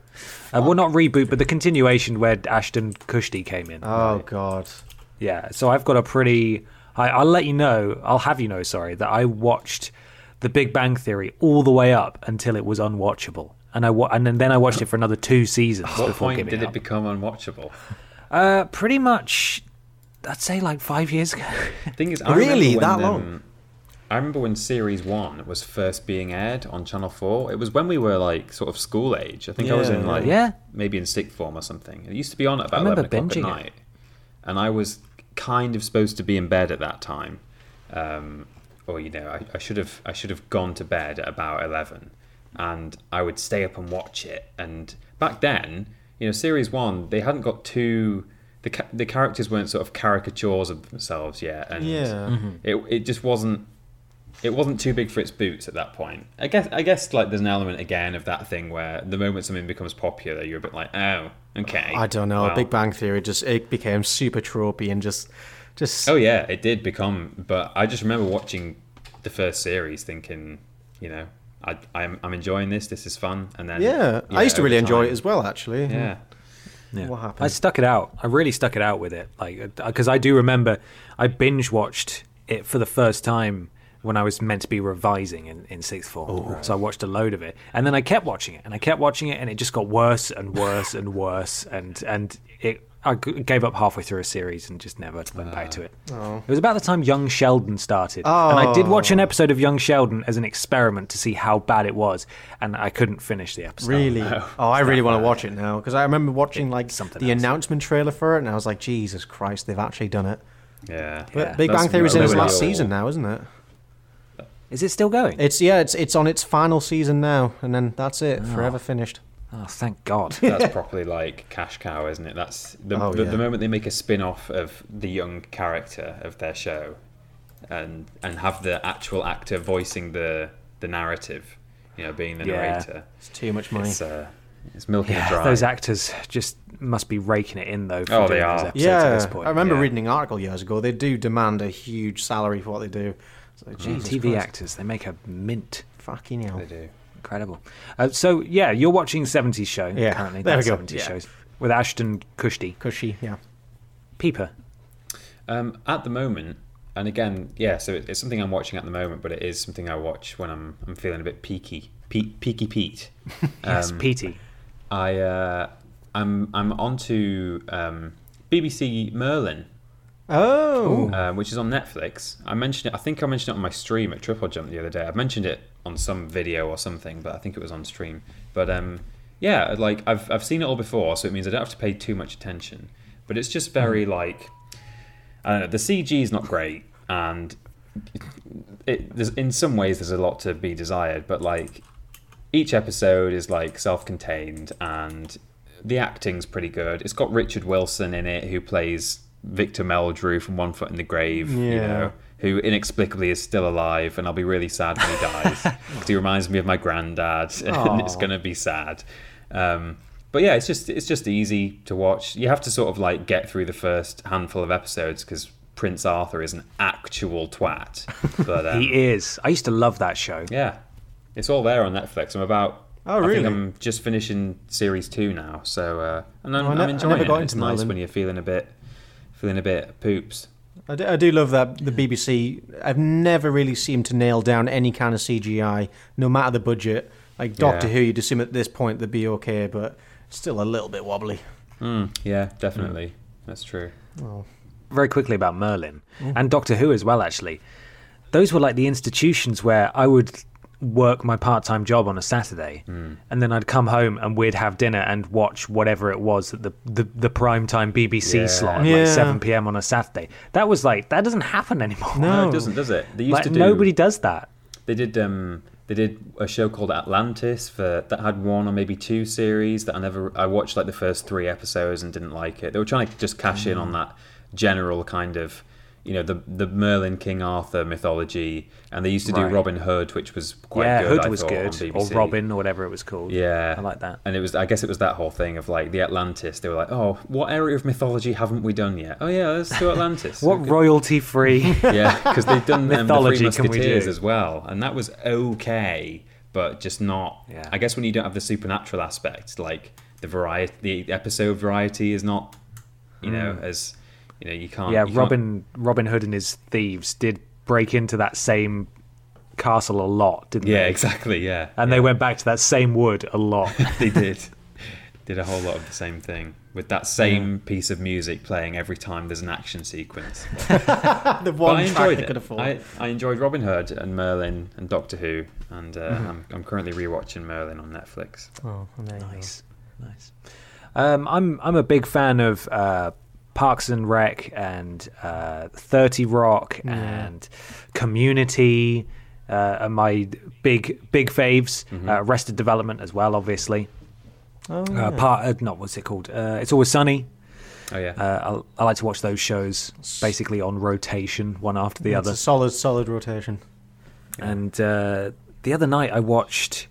H: Uh, well, not reboot, but the continuation where Ashton Kushti came in.
F: Oh God.
H: Yeah. So I've got a pretty. I, I'll let you know. I'll have you know. Sorry, that I watched The Big Bang Theory all the way up until it was unwatchable, and I wa- and then- then I watched it for another two seasons
G: What
H: before
G: point
H: giving
G: did
H: up.
G: it become unwatchable?
H: uh, pretty much, I'd say like five years ago. *laughs*
G: thing is, I
F: Really?
G: remember
F: That
G: when,
F: long?
G: um, I remember when series one was first being aired on Channel Four. It was when we were like sort of school age. I think I was in like
H: Yeah.
G: maybe in sixth form or something. It used to be on at about
H: remember
G: eleven o'clock
H: binging
G: at
H: it.
G: night, and I was kind of supposed to be in bed at that time. Um, or you know, I, I should have I should have gone to bed at about eleven, and I would stay up and watch it. And back then, you know, series one they hadn't got too. The, ca- the characters weren't sort of caricatures of themselves yet, and
F: Mm-hmm.
G: it it just wasn't it wasn't too big for its boots at that point. I guess I guess like there's an element again of that thing where the moment something becomes popular, you're a bit like, oh, okay.
F: I don't know.
G: well."
F: Big Bang Theory just it became super tropey and just just
G: Oh yeah, it did become. But I just remember watching the first series, thinking, you know, I, I'm I'm enjoying this. This is fun. And then
F: yeah. I used to
G: over
F: really enjoy
G: time-
F: it as well, actually.
G: Yeah.
H: Yeah.
F: What happened?
H: I stuck it out. I really stuck it out with it, like because I do remember I binge watched it for the first time when I was meant to be revising in, in sixth form.
F: Oh,
H: So I watched a load of it, and then I kept watching it, and I kept watching it, and it just got worse and worse
F: *laughs*
H: and worse, and and it. I g- gave up halfway through a series and just never went back to it.
F: Ah. Oh.
H: It was about the time Young Sheldon started, and I did watch an episode of Young Sheldon as an experiment to see how bad it was, and I couldn't finish the episode.
F: Really? Oh, I really want to watch it now because I remember watching like
H: something
F: the
H: else.
F: announcement trailer for it, and I was like, Jesus Christ, they've actually done it. *laughs*
G: Yeah.
F: But Big
G: That's
F: Bang Theory is in its
G: really
F: last
G: old.
F: season now, isn't it?
H: Is it still going?
F: It's yeah, it's it's on its final season now, and then that's it, forever finished.
H: oh, thank
F: *laughs*
H: God.
G: That's properly like cash cow, isn't it? That's the
F: Oh,
G: the,
F: yeah.
G: the moment they make a spin off of the young character of their show, and and have the actual actor voicing the the narrative, you know, being the
H: Yeah.
G: narrator.
F: It's too much money.
G: It's uh, it's milking
H: Yeah,
G: it dry.
H: those actors just must be raking it in though. For
G: Oh,
H: doing
G: they
H: those
G: are.
H: episodes
F: Yeah,
H: at this point.
F: I remember
H: Yeah.
F: reading an article years ago. They do demand a huge salary for what they do. So,
H: Mm.
F: Jesus
H: TV
F: Christ,
H: actors. They make a mint.
F: Fucking hell.
G: They do.
H: Incredible. Uh, so yeah, you're watching '70s show
F: Yeah,
H: currently.
F: there we
H: that's
F: go.
H: 70s
F: Yeah.
H: shows with Ashton Kutcher,
F: Cushy, yeah.
H: Peeper.
G: Um, at the moment, and again, yeah, so it, it's something I'm watching at the moment, but it is something I watch when I'm I'm feeling a bit peaky, Pe- peaky Pete. *laughs*
H: Yes, Petey.
G: I uh, I'm I'm onto um, BBC Merlin,
F: Oh,
G: um, which is on Netflix. I mentioned it. I think I mentioned it on my stream at Triple Jump the other day. I mentioned it on some video or something, but I think it was on stream. But um, yeah, like I've I've seen it all before, so it means I don't have to pay too much attention. But it's just very like I don't know. The CG is not great, and it, there's, in some ways there's a lot to be desired. But like each episode is like self-contained and the acting's pretty good. It's got Richard Wilson in it who plays Victor Meldrew from One Foot in the Grave, you
F: Yeah.
G: know, who inexplicably is still alive and I'll be really sad when he dies because he reminds me of my granddad *laughs* and it's going to be sad. Um, but yeah, it's just it's just easy to watch. You have to sort of like get through the first handful of episodes because Prince Arthur is an actual twat. But um,
H: He is. I used to love that show.
G: yeah, it's all there on Netflix. I'm about
F: Oh,
G: I
F: really?
G: think I'm just finishing series two now, so uh, and I'm,
F: Oh, I ne-
G: I'm
F: I
G: enjoying
F: never
G: it.
F: got
G: it's
F: into
G: nice
F: Merlin.
G: when you're feeling a bit, feeling a bit poops.
F: I do, I do love that the BBC. I've never really seemed to nail down any kind of CGI, no matter the budget. Like Doctor
G: Yeah.
F: Who, you'd assume at this point they'd be okay, but still a little bit wobbly.
G: Mm, yeah,
F: Hmm.
G: definitely, that's true.
H: very quickly about Merlin
G: Mm.
H: and Doctor Who as well, actually. Those were like the institutions where I would work my part time job on a Saturday
G: Mm.
H: and then I'd come home and we'd have dinner and watch whatever it was that the, the, the prime time BBC
G: Yeah.
H: slot,
F: Yeah.
H: like 7 pm on a Saturday. That was like, that doesn't happen anymore.
G: No,
F: Oh.
H: *laughs*
G: it doesn't, does it? They used
H: Like,
G: to do.
H: nobody does that.
G: They did. Um, they did a show called Atlantis for that had one or maybe two series that I never. I watched like the first three episodes and didn't like it. They were trying to just cash in
H: Mm.
G: on that general kind of, you know, the the Merlin King Arthur mythology, and they used to do
H: Right.
G: Robin Hood, which was quite
H: yeah,
G: good.
H: Hood
G: I
H: was
G: thought, on
H: good, or
G: BBC.
H: Robin, or whatever it was called.
G: Yeah,
H: I like that.
G: And it was, I guess, it was that whole thing of like the Atlantis. They were like, "Oh, what area of mythology haven't we done yet? Oh yeah, let's do
H: *laughs*
G: Atlantis."
H: What
G: Okay.
H: royalty
G: *laughs*
H: free?
G: Yeah, because they've done um, the Three
H: Mythology can we
G: Musketeers
H: do?
G: as well, and that was okay, but just not.
H: Yeah.
G: I guess when you don't have the supernatural aspect, like the variety, the episode variety is not, you know, as you know, you can't.
H: Hmm. yeah,
G: you can't-
H: Robin Robin Hood and his thieves did break into that same castle a lot, didn't
G: *laughs* Yeah,
H: they?
G: exactly. Yeah,
H: And they went back to that same wood a
G: *laughs*
H: lot. *laughs*
G: they did. Did a whole lot of the same thing with that same piece of music playing every time there's an action
H: *laughs*
G: sequence.
F: The
G: But
F: one
G: I
F: track
G: enjoyed
F: they could
G: it.
F: afford.
G: I, I enjoyed Robin Hood and Merlin and Doctor Who, and uh,
H: Mm-hmm.
G: I'm, I'm currently rewatching Merlin on Netflix.
F: oh, there you go.
H: nice, nice. Um, I'm I'm a big fan of uh, Parks and Rec and uh, Thirty Rock and Community. Uh, are my big big faves.
G: Mm-hmm.
H: Uh, Arrested Development as well, obviously.
F: Oh,
H: Uh, part uh, not what's it called? Uh, it's always sunny.
G: Oh yeah,
H: Uh, I, I like to watch those shows basically on rotation, one after the
F: It's
H: other.
F: a solid, solid rotation.
H: And uh, the other night I watched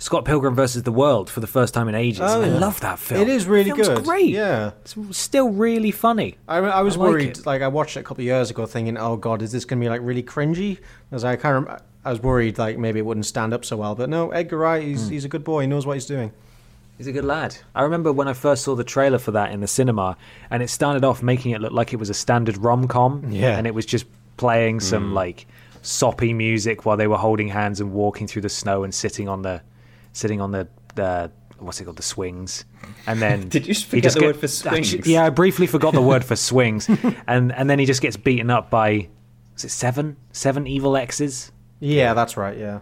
H: Scott Pilgrim versus the World for the first time in ages.
F: Oh,
H: I
F: yeah.
H: love that film.
F: It is really
H: The film's
F: good.
H: Great.
F: Yeah.
H: it's still really funny.
F: I, I was
H: I like
F: worried.
H: it.
F: Like I watched it a couple of years ago, thinking, "Oh God, is this going to be like really cringy?" Because I kind of, I was worried like maybe it wouldn't stand up so well. But no, Edgar Wright,
H: Hmm.
F: he's, he's a good boy. He knows what he's doing.
H: He's a good lad. I remember when I first saw the trailer for that in the cinema, and it started off making it look like it was a standard rom com.
F: Yeah.
H: and it was just playing
G: Mm.
H: some like soppy music while they were holding hands and walking through the snow and sitting on the sitting on the the what's it called the swings. And then
G: *laughs* Did you just
H: he
G: forget the word for
H: Actually-
G: swings?
H: yeah, I briefly forgot the word for
G: *laughs*
H: swings, and and then he just gets beaten up by is it seven seven evil exes.
F: Yeah, that's right. Yeah.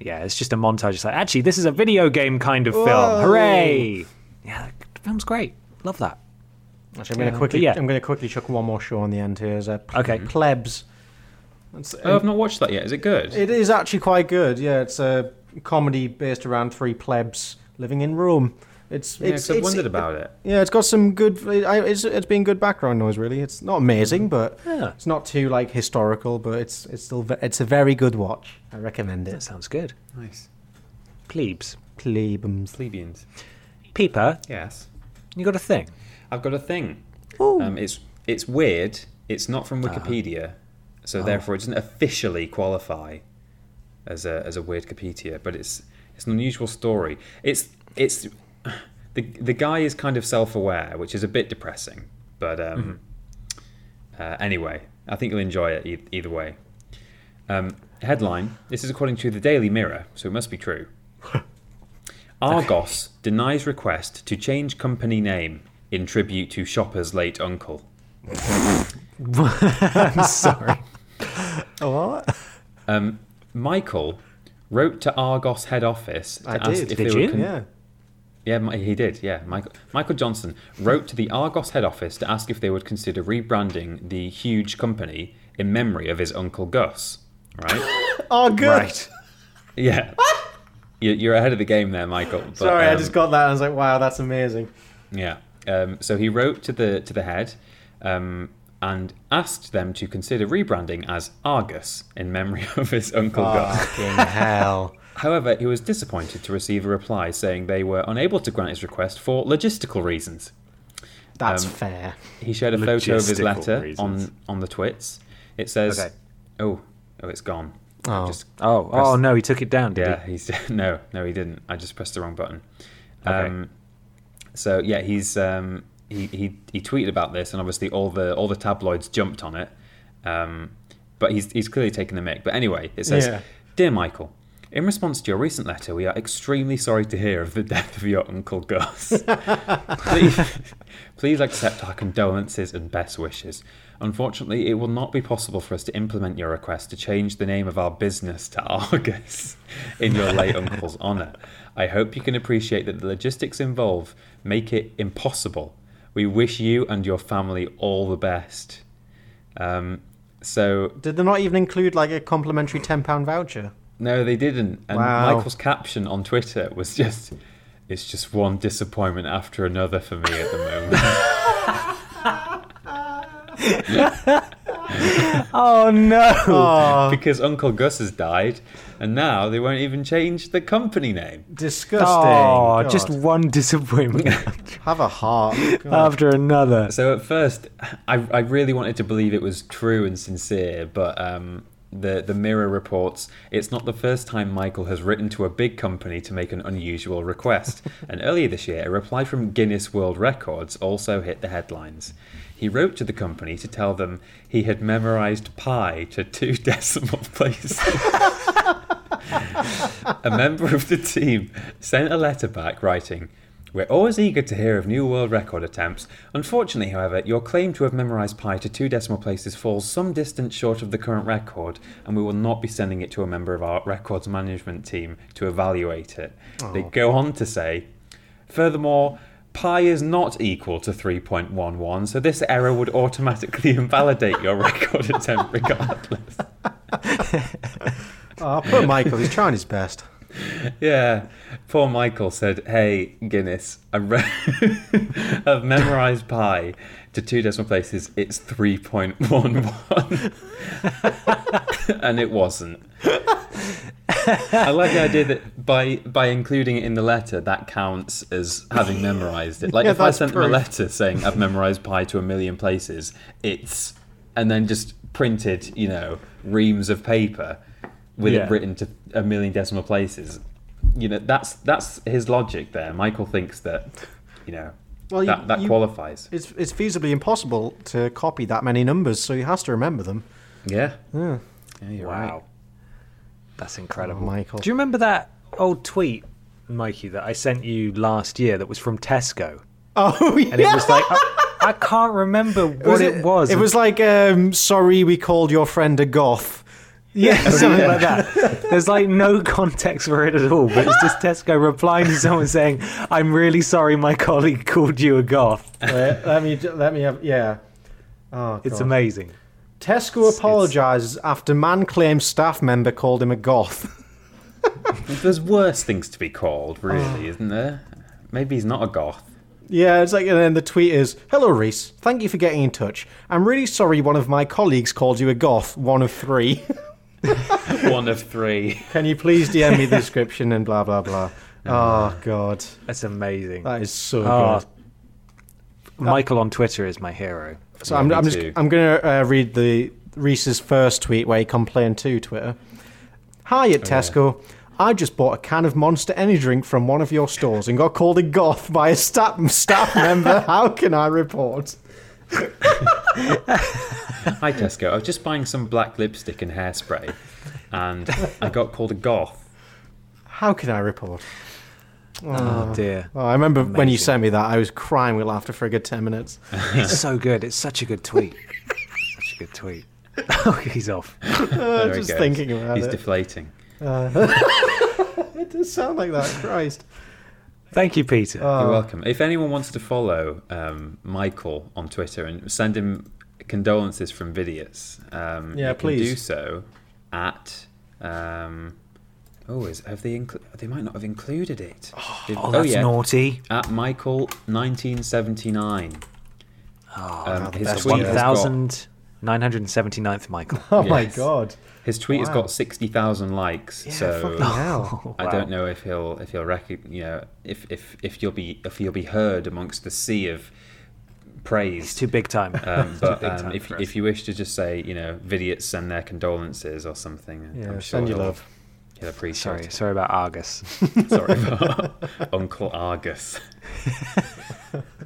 H: Yeah, it's just a montage. It's like, actually, this is a video game kind of
F: Whoa.
H: film. Hooray! Yeah, the film's great. Love that.
F: Actually, I'm going
H: Yeah,
F: to
H: but
F: quickly,
H: yeah.
F: I'm going to quickly chuck one more show on the end here. Is uh, P-
H: Okay. Um,
F: Plebs. It's-
G: oh, I've not watched that yet. Is it good?
F: It is actually quite good. Yeah, it's a comedy based around three plebs living in Rome. It's it's,
G: yeah, because I've
F: it's-
G: wondered about it.
F: Yeah, it's got some good. I- It's it's been good background noise. Really, it's not amazing, but
H: Yeah.
F: it's not too like historical. But it's it's still ve- it's a very good watch. I recommend
H: That
F: it.
H: sounds good.
G: Nice.
H: Plebes.
F: Plebums.
G: Plebeians.
H: Peeper,
G: Yes.
H: you got a thing?
G: I've got a thing. Um, it's it's weird. It's not from Wikipedia, so therefore it doesn't officially qualify as a as a weird Wikipedia. But it's it's an unusual story. It's it's the the guy is kind of self aware, which is a bit depressing. But um, uh, anyway, I think you'll enjoy it e- either way. Um, headline: This is according to the Daily Mirror, so it must be
H: *laughs*
G: true. Argos denies request to change company name in tribute to shopper's late uncle.
H: *laughs* I'm sorry.
G: Um, Michael wrote to Argos head office to
F: I
G: ask
F: did.
H: Did
G: if they
H: you?
G: were con-
F: Yeah.
G: Yeah, Mi- he did. Yeah, Michael Michael Johnson wrote to the Argos head office to ask if they would consider rebranding the huge company in memory of his uncle Gus. Right?
F: Oh, good.
G: yeah. You- You're ahead of the game there, Michael. but,
F: Sorry, I
G: um,
F: just got that. and I was like, wow, that's amazing.
G: Yeah. Um, so he wrote to the to the head um, and asked them to consider rebranding as Argus in memory *laughs* of his uncle Gus.
F: Fucking hell.
G: *laughs* However, he was disappointed to receive a reply saying they were unable to grant his request for logistical reasons.
F: That's fair.
G: He shared a photo of his
J: Logistical
G: letter
J: reasons.
G: on on the twits. It says,
H: Okay.
G: "Oh, oh, it's gone."
F: Oh.
G: Just
H: Oh, oh
G: pressed-
H: no, he took it down. Did
G: yeah,
H: he?
G: he's *laughs* no, no, he didn't. I just pressed the wrong button.
H: Okay.
G: Um, so yeah, he's um, he, he he tweeted about this, and obviously all the all the tabloids jumped on it. Um, but he's he's clearly taken the mick. But anyway, it says,
F: Yeah.
G: "Dear Michael." In response to your recent letter, we are extremely sorry to hear of the death of your uncle Gus. please, please accept our condolences and best wishes. Unfortunately, it will not be possible for us to implement your request to change the name of our business to Argus in your late uncle's honour. I hope you can appreciate that the logistics involved make it impossible. We wish you and your family all the best. Um, so
F: Did they not even include like a complimentary ten pound voucher?
G: no, they didn't. And
F: Wow.
G: Michael's caption on Twitter was just, "It's just one disappointment after another for me at the moment."
H: *laughs* Oh no!
G: because Uncle Gus has died, and now they won't even change the company name.
F: Disgusting.
H: Oh,
F: God.
H: just one disappointment *laughs*
F: have a *laughs* heart. God.
H: after another.
G: So at first, I, I really wanted to believe it was true and sincere, but um, the the Mirror reports it's not the first time Michael has written to a big company to make an unusual request. and earlier this year, a reply from Guinness World Records also hit the headlines. He wrote to the company to tell them he had memorized pi to two *laughs* decimal places. a member of the team sent a letter back writing, We're always eager to hear of new world record attempts. Unfortunately, however, your claim to have memorized pi to two decimal places falls some distance short of the current record, and we will not be sending it to a member of our records management team to evaluate it. They go on to say, Furthermore, pi is not equal to 3.11, so this error would automatically invalidate your record *laughs* attempt regardless.
F: Oh, poor Michael. *laughs* He's trying his best.
G: *laughs* Yeah, poor Michael said, "Hey Guinness, I re- *laughs* I've memorized pi to two decimal places. It's three point one one, and it wasn't." I like the idea that by by including it in the letter, that counts as having memorized it. Like
F: Yeah,
G: if I
F: that's
G: sent them a
F: proof.
G: letter saying I've memorized pi to a million places, it's and then just printed, you know, reams of paper with
H: Yeah.
G: it written to a million decimal places. You know, that's that's his logic there. Michael thinks that, you know,
F: Well, you-
G: that, that
F: you-
G: qualifies.
F: It's it's feasibly impossible to copy that many numbers, so he has to remember them.
G: Yeah. Yeah. you're
H: Wow.
G: right.
H: That's incredible.
F: Michael.
H: Do you remember that old tweet, Mikey, that I sent you last year that was from Tesco?
F: *laughs* Oh yeah.
H: And it was *laughs* like, I, I can't remember what it, was.
F: It was like, um, sorry, we called your friend a goth.
H: *laughs* yeah, something like that. There's like no context for it at all, but it's just Tesco replying to someone saying, I'm really sorry my colleague called you a goth.
F: Wait, let me let me have yeah. Oh,
H: It's
F: God.
H: amazing.
F: Tesco apologizes after man claims staff member called him a goth. *laughs*
G: There's worse things to be called,
F: Ah.
G: really, isn't there? Maybe he's not a goth.
F: yeah, it's like and then the tweet is, "Hello Reese, thank you for getting in touch. I'm really sorry one of my colleagues called you a goth, one of 3.
G: *laughs* One of three.
F: *laughs* Can you please DM me the description and blah blah *laughs* blah." Oh god. Ah,
H: That's amazing.
F: That is so
H: Oh,
F: good.
H: Michael on Twitter is my hero.
F: So I'm,
G: me
F: I'm just *laughs*
G: too.
F: I'm gonna uh, read the Reese's first tweet where he complained to Twitter. Hi at Tesco. I just bought a can of Monster Energy drink from one of your stores and got called a goth by a staff *laughs* staff member. How can I report?
G: Hi Tesco, I was just buying some black lipstick and hairspray, and I got called a goth.
F: How can I report?
H: Oh, dear.
F: Oh, I remember when you sent me that, I was crying with laughter for a good ten minutes.
H: It's so good. It's such a good tweet. such a good tweet. *laughs* Oh, he's off.
G: There he
F: just
G: goes.
F: thinking about
G: He's
F: it.
G: deflating.
F: It does sound like that,
H: *laughs*
F: Christ.
H: Thank you, Peter.
F: Ah.
G: You're welcome. If anyone wants to follow um, Michael on Twitter and send him condolences from Vidius, um,
F: Yeah,
G: you can
F: please.
G: do so at. Um, oh, is have they? Incl- they might not have included it. They've-
H: oh, that's naughty.
G: At Michael 1979. Oh, um, his
F: Ah, best
G: tweet
F: one.
G: has got-
H: 1979th Michael.
F: Oh my
G: Yes.
F: God.
G: His tweet has
F: Wow.
G: got sixty thousand likes. so
F: Fucking hell.
H: *laughs*
G: I don't know if he'll if he'll rec- you know if if if you'll be if you'll be heard amongst the sea of praised.
H: It's too big time.
G: *laughs*
F: *laughs*
G: Um,
H: It's too
G: but
H: big
G: um,
H: time
G: if,
H: for us.
G: if you wish to just say, you know, Vidiot send their condolences or something,
F: Yeah,
G: I'm sure
F: send your
G: he'll-
F: love.
G: He'll appreciate
H: *laughs* sorry,
G: it.
H: sorry about Argus.
G: Sorry, about *laughs* Uncle
F: *laughs*
G: Argus.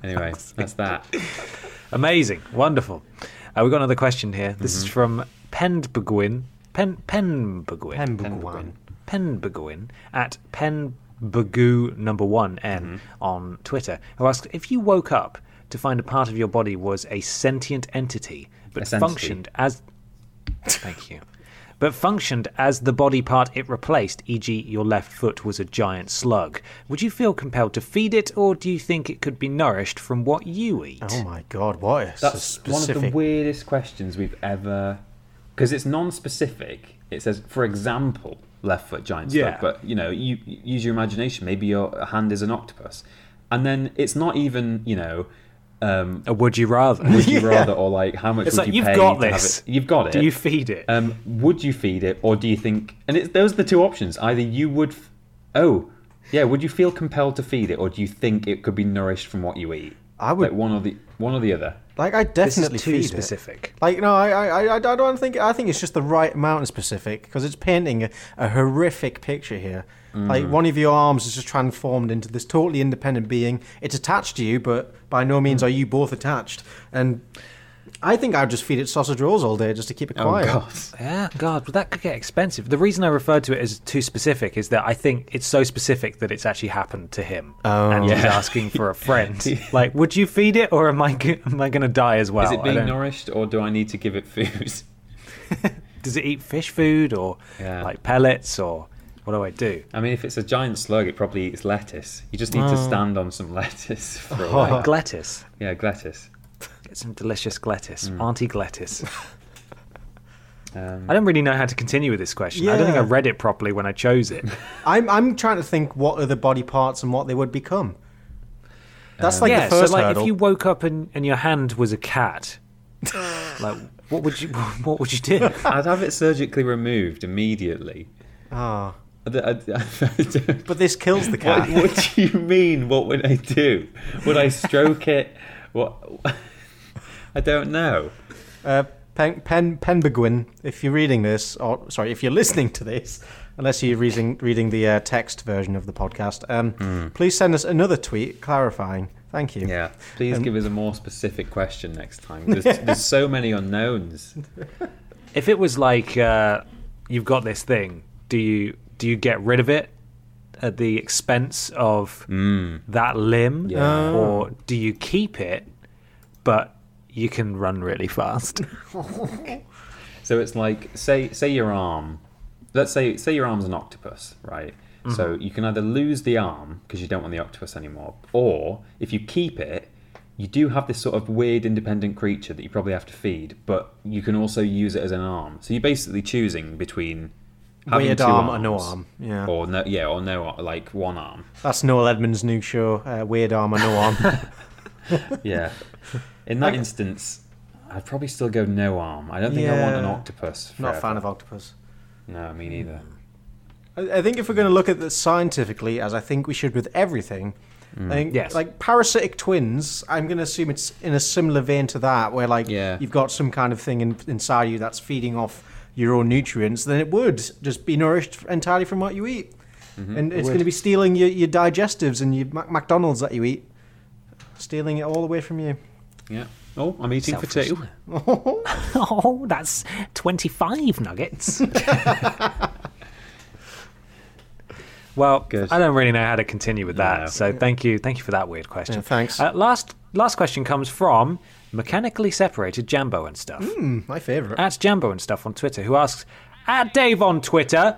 G: anyway, that's that.
H: Amazing, wonderful. Uh, we've got another question here. This is from Penbegwin. Pen Penbegwin.
F: Pembuguan.
H: Penbeguin at Penbegoo number one N on Twitter, who asks if you woke up to find a part of your body was a sentient entity
G: A
H: but
G: sentity.
H: functioned as *laughs* thank you. But functioned as the body part it replaced, e.g., your left foot was a giant slug. Would you feel compelled to feed it, or do you think it could be nourished from what you eat?
F: Oh my god, what is
G: That's
F: specific?
G: one of the weirdest questions we've ever. Because it's non-specific. It says, for example, left foot giant slug.
H: Yeah.
G: But you know, you you use your imagination. Maybe your hand is an octopus, and then it's not even you know. Um,
H: Or would you rather?
G: *laughs* would
H: *laughs*
G: you rather, or like, how much
H: It's
G: would
H: like,
G: you
H: "You've
G: pay
H: got
G: to have
H: this.
G: it? You've got it.
H: Do you feed it? Uh,
G: Um, would you feed it, or do you think? And it's, those are the two options. Either you would, f- oh, yeah, would you feel compelled to feed it, or do you think it could be nourished from what you eat?
F: I would-
G: like one or the one or the other.
F: like I
H: this is
F: definitely
H: too
F: feed it.
H: specific.
F: Like no, I, I, I, I don't think I think it's just the right amount of specific because it's painting a, a horrific picture here. Like one of your arms is just transformed into this totally independent being. It's attached to you, but by no means are you both attached. And I think I'd just feed it sausage rolls all day just to keep it
G: Oh
F: quiet.
G: God.
H: Yeah, God, well, that could get expensive. The reason I referred to it as too specific is that I think it's so specific that it's actually happened to him, and he's
G: Yeah.
H: asking *laughs* for a friend. like, would you feed it, or am I go- am I going to die as well?
G: Is it
H: I
G: being
H: don't-
G: nourished, or do I need to give it food? *laughs*
H: Does it eat fish food or
G: Yeah.
H: like pellets or what do I do?
G: I mean, if it's a giant slug, it probably eats lettuce. You just need
H: Oh.
G: to stand on some *laughs* lettuce for a while.
H: Like Glettis.
G: Yeah, lettuce.
H: Get some delicious Glettis. Auntie *laughs* Glettis.
G: Um,
H: Mm. I don't really know how to continue with this question. I don't think I
F: Yeah.
H: read it properly when I chose it.
F: I'm I'm trying to think what other body parts and what they would become. That's like
H: yeah,
F: the first
H: so like
F: hurdle.
H: if you woke up and, and your hand was a cat, like what would you *laughs* what would you do?
G: I'd have it surgically removed immediately.
F: Ah.
G: I don't- I *laughs* don't-
F: But this
H: *laughs*
F: kills the
G: What,
F: cat.
G: what do you mean? What would I do? Would I stroke it? What? *laughs* I don't know.
F: Uh, Pen, Pen, Penbeguin, if you're reading this, or sorry, if you're listening to this, unless you're reading, reading the uh, text version of the podcast, um, please send us another tweet clarifying. Thank you.
G: Hmm. Yeah. Please
H: Um,
G: give us a more specific question
H: *laughs*
G: next time. There's, there's so many unknowns.
H: If it was like uh, you've got this thing, do you do you get rid of it at the expense of that limb,
G: Yeah.
H: or do you keep it but you can run really fast? *laughs*
G: So it's like say say your arm. Let's say say your arm's an octopus, right? So
F: Mm-hmm.
G: you can either lose the arm because you don't want the octopus anymore, or if you keep it, you do have this sort of weird independent creature that you probably have to feed, but you can also use it as an arm. So you're basically choosing between having
F: Weird
G: two
F: arm or no
G: arms,
F: arm,
G: Oh.
F: yeah.
G: or no, yeah, or no, like one
F: *laughs*
G: arm,
F: That's Noel Edmonds' new show, uh, Weird Arm and No
G: *laughs*
F: Arm.
G: yeah. In that instance, I'd probably still go no arm. I don't think I want an
F: Yeah.
G: octopus.
F: Not a
G: forever.
F: fan of octopus.
G: No, me neither.
F: I I think if we're going to look at this scientifically, as I think we should with everything, I think
H: Yes.
F: like parasitic twins, I'm going to assume it's in a similar vein to that, where like
G: Yeah.
F: you've got some kind of thing in, inside you that's feeding off your own nutrients, then it would just be nourished entirely from what you eat, and it's going to be stealing your, your digestives and your Mac- McDonald's that you eat, stealing it all away from you.
G: Yeah. Oh, I'm eating
H: Selfish.
G: for two.
H: *laughs* oh, that's
F: *laughs*
H: twenty-five nuggets. Well,
G: Good.
H: I don't really know how to continue with that.
G: No.
H: So thank you, thank you for that weird question.
F: Yeah, thanks.
H: Uh, last last question comes from mechanically separated Jambo and stuff
F: My favorite.
H: at Jambo and stuff on Twitter, who asks at Dave on Twitter.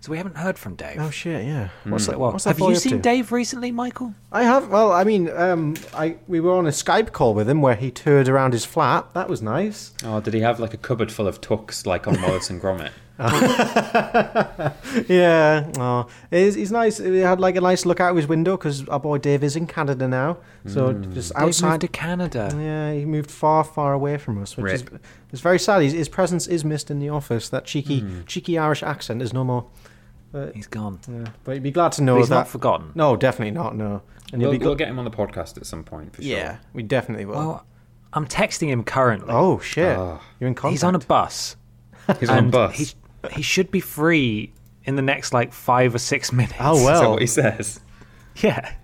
H: So we haven't heard from Dave.
F: oh shit! Yeah. What's that?
H: Well,
F: what's that
H: have
F: boy
H: you
F: up
H: seen
F: to?
H: Dave recently, Michael?
F: I have. Well, I mean, um, I we were on a Skype call with him where he toured around his flat. That was
G: *laughs*
F: nice.
G: Oh, did he have like a cupboard full of tucks, like on Wallace and Gromit?
F: Yeah. Oh, he's, he's nice. He had like a nice look out of his window because our boy Dave is in Canada now. So
G: Hmm.
F: just
H: Dave moved
F: outside.
H: to Canada.
F: yeah, he moved far, far away from us, which is
G: Rip. Hmm.
F: it's very sad. His, his presence is missed in the office. That cheeky, cheeky Irish accent is no more. But,
H: He's gone.
F: yeah. but you'd be glad to know
H: He's
F: Uh, that.
H: not forgotten.
F: No, definitely not. No, and
G: We'll,
F: you'd be
G: we'll
F: gl-
G: get him on the podcast at some point for sure.
F: yeah, we definitely will.
H: Well, I'm texting him currently.
F: oh shit,
G: Ah.
F: you're in contact.
H: he's on a bus.
G: He's on a
H: and
G: bus.
H: He, he should be free in the next like five or six *laughs* minutes.
F: oh
G: Is that
F: well,
G: what he says?
H: Yeah.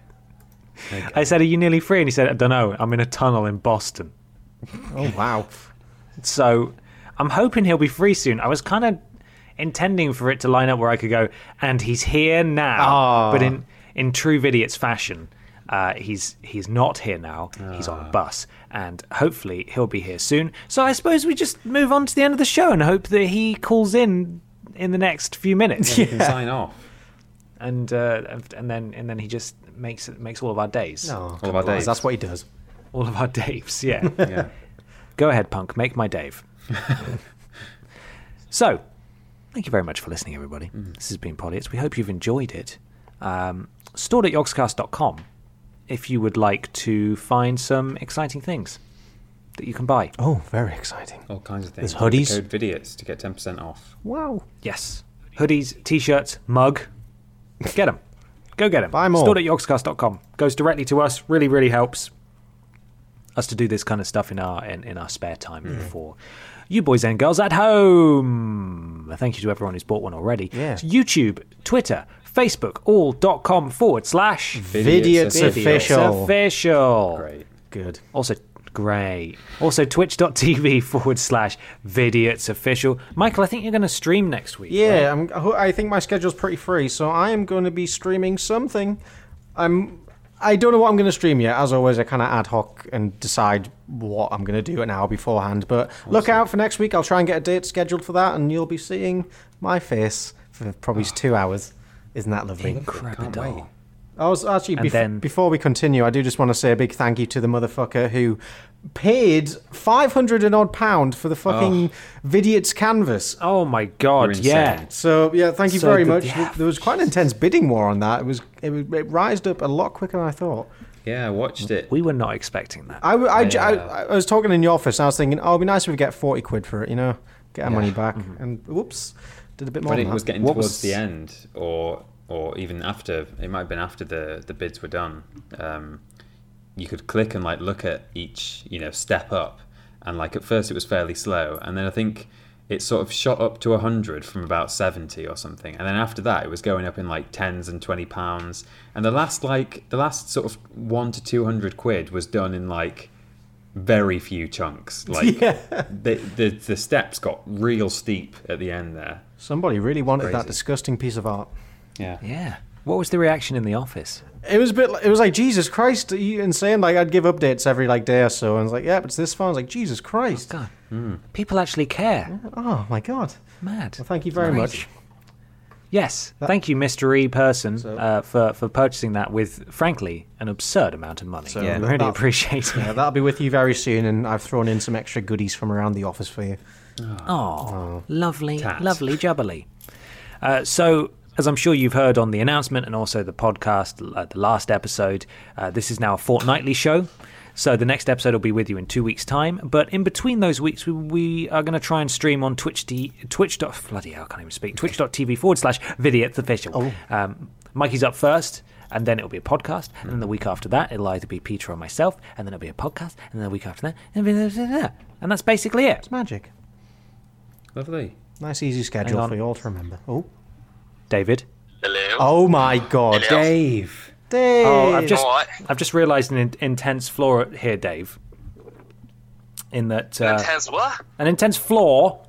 H: I said, "Are you nearly free?" And he said, "I don't know. I'm in a tunnel in Boston."
F: oh wow.
H: So I'm hoping he'll be free soon. I was kind of intending for it to line up where I could go, and he's here now.
F: Ah.
H: But in in true Vidiot's fashion, uh, he's he's not here now. He's on
F: Ah.
H: a bus, and hopefully he'll be here soon. So I suppose we just move on to the end of the show and hope that he calls in in the next few minutes,
G: He can sign off.
H: and uh, and then and then he just makes makes all of our days,
F: No,
G: All about Dave.
F: that's what he does.
H: all of our *laughs* Daves. Yeah.
G: Yeah.
H: Go ahead, punk. Make my Dave. so, thank you very much for listening, everybody. This has been Polyets. We hope you've enjoyed it. Um, stored at yogscast.com if you would like to find some exciting things that you can buy.
F: Oh, very exciting.
G: All kinds of things.
F: There's hoodies.
G: Code vidiots to get ten percent off.
F: Wow.
H: Yes. Hoodies, t shirts, mug. Get them. Go get them.
F: Buy more.
H: Stored at yogscast.com. Goes directly to us. Really, really helps us to do this kind of stuff in our in, in our spare time
F: Mm.
H: for you boys and girls at home. Thank you to everyone who's bought one already.
F: Yeah.
H: YouTube, Twitter, Facebook, all dot com forward slash
F: Vidiot's
G: Vidiot's
F: official.
H: official.
G: Great.
F: Good.
H: Also, great. Also, twitch.tv forward slash Vidiots official. Michael, I think you're going to stream next week.
F: Yeah, I'm, I think my schedule's pretty free, so I am going to be streaming something. I'm. I don't know what I'm going to stream yet. As always, I kind of ad hoc and decide what I'm going to do an hour beforehand. But look out for next week. I'll try and get a date scheduled for that, and you'll be seeing my face for probably two hours. Isn't that lovely?
H: Incredible.
F: I was actually
H: And
F: bef-
H: then-
F: before we continue, I do just want to say a big thank you to the motherfucker who paid five hundred and odd pound for the fucking Vidiot's canvas.
H: Oh my
G: You're
H: god,
G: insane.
H: yeah.
F: So yeah, thank you
H: So
F: very
H: the-
F: much.
H: yeah.
F: There was quite an intense bidding war on that. It was it, was, it rised up a lot quicker than I thought.
G: Yeah, I watched it.
H: We were not expecting that.
F: I, w- I j- I-
G: Yeah.
F: I was talking in the office. and I was thinking, oh, it'd be nice if we get forty quid for it, you know, get our money back. And whoops, did a bit more.
G: But
F: than
G: it
F: that.
G: was getting
H: What
G: towards
H: was-
G: the end, or or even after. It might have been after the the bids were done. Um, you could click and like look at each you know step up, and like at first it was fairly slow, and then I think it sort of shot up to hundred from about seventy or something, and then after that it was going up in like tens and twenty pounds, and the last like the last sort of one to two hundred quid was done in like very few chunks
F: *laughs*
G: like the, the the steps got real steep at the end there
F: Somebody really wanted that
G: Crazy.
F: disgusting piece of art.
G: yeah
H: yeah. What was the reaction in the office?
F: It was a bit. li- It was like Jesus Christ, are you insane? Like I'd give updates every like day or so, and I was like, yeah, but it's this far. I was like, Jesus Christ,
H: God. People actually care.
F: oh my god.
H: Mad.
F: Well, thank you very
H: Crazy.
F: much.
H: Yes. Thank you, mystery person, uh, for, for purchasing that with, frankly, an absurd amount of money.
F: Yeah.
H: we really
F: that-
H: appreciate
F: Yeah,
H: it.
F: that'll be with you very soon, and I've thrown in some extra goodies from around the office for you.
H: Oh, lovely,
G: Tat.
H: lovely jubbly. Uh, so, as I'm sure you've heard on the announcement and also the podcast, uh, the last episode, uh, this is now a fortnightly show. So, the next episode will be with you in two weeks' time. But in between those weeks, we, we are going to try and stream on Twitch. D, Twitch. Dot, bloody hell, I can't even speak. Twitch.tv forward slash Vidiot's official. Um, Mikey's up first. And then it'll be a podcast, and then the week after that it'll either be Peter or myself, and then it'll be a podcast, and then the week after that, and then and that's basically it.
F: Magic.
G: Lovely.
F: Nice, easy schedule
H: on.
F: for you all to remember. Oh,
H: David,
F: oh my God, Dave!
G: Dave.
F: Dave.
H: Oh, I've just I've just realised an in- intense flaw here, Dave. In that uh,
J: Intense what?
H: an intense flaw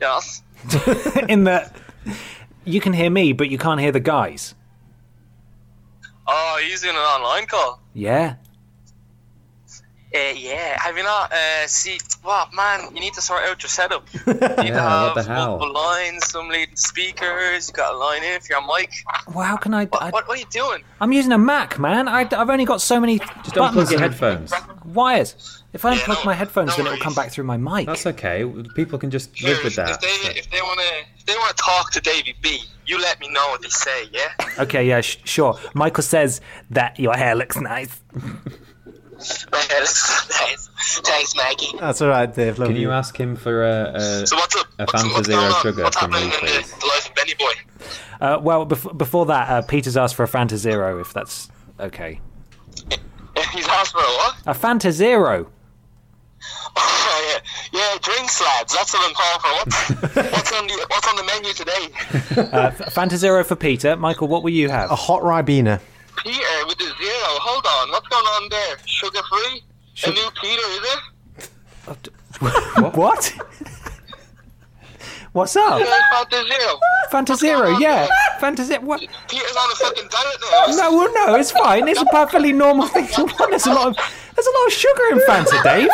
J: Yes.
H: *laughs* in that you can hear me, but you can't hear the guys.
J: Oh, using an online call.
H: Yeah,
J: Uh, yeah. Have you not? Uh, see, wow, man, you need to sort out your
G: *laughs*
J: setup. You need to
G: Yeah,
J: have
G: what the hell?
J: multiple lines, some leading speakers. You got a line in for your mic.
H: well, how can I? I
J: What, what, what are you doing?
H: I'm using a Mac, man. I, have only got so many
G: Just
H: buttons
G: unplug your
H: and
G: headphones.
H: wires. If I
J: Yeah,
H: unplug
J: no-
H: my headphones,
J: no
H: then it'll come
J: worries.
H: back through my mic.
G: That's okay. People can just live
J: If
G: with that.
J: they if they wanna if they wanna talk to Davey B, you let me know what they say.
G: *laughs*
J: Yeah.
H: okay, yeah, sh- sure. Michael says that your hair looks nice.
G: thanks, thanks, Maggie.
F: That's all right, Dave. Love
J: Can you ask him for a, a,
G: So what's up?
J: a
G: What's-
J: Fanta
G: what's
J: Zero
G: going on?
J: Sugar
G: What's
J: from
G: happening
J: me,
G: in the,
J: please?
G: the life of Benny
J: *laughs*
G: Boy?
H: Uh, well, bef- before that, uh, Peter's asked for a Fanta Zero, if that's okay.
G: He's asked for a what?
H: A Fanta Zero.
G: yeah, yeah, drinks, lads. That's what I'm calling
H: *laughs*
G: for. What's, what's on the What's on the menu today?
H: Uh, F- Fanta Zero for Peter. Michael, what will you have?
F: A hot Ribena.
G: Peter with a zero. Hold on. What's going on there? Sugar free? A new Peter, is it?
H: what? *laughs* What's up?
G: Yeah, Fanta zero.
H: Fanta Zero, yeah. Fanta Zero. What?
G: Peter's on a fucking diet now.
H: No, well, no, it's fine. It's a perfectly normal thing to want. There's a lot of there's a lot of sugar in Fanta, Dave.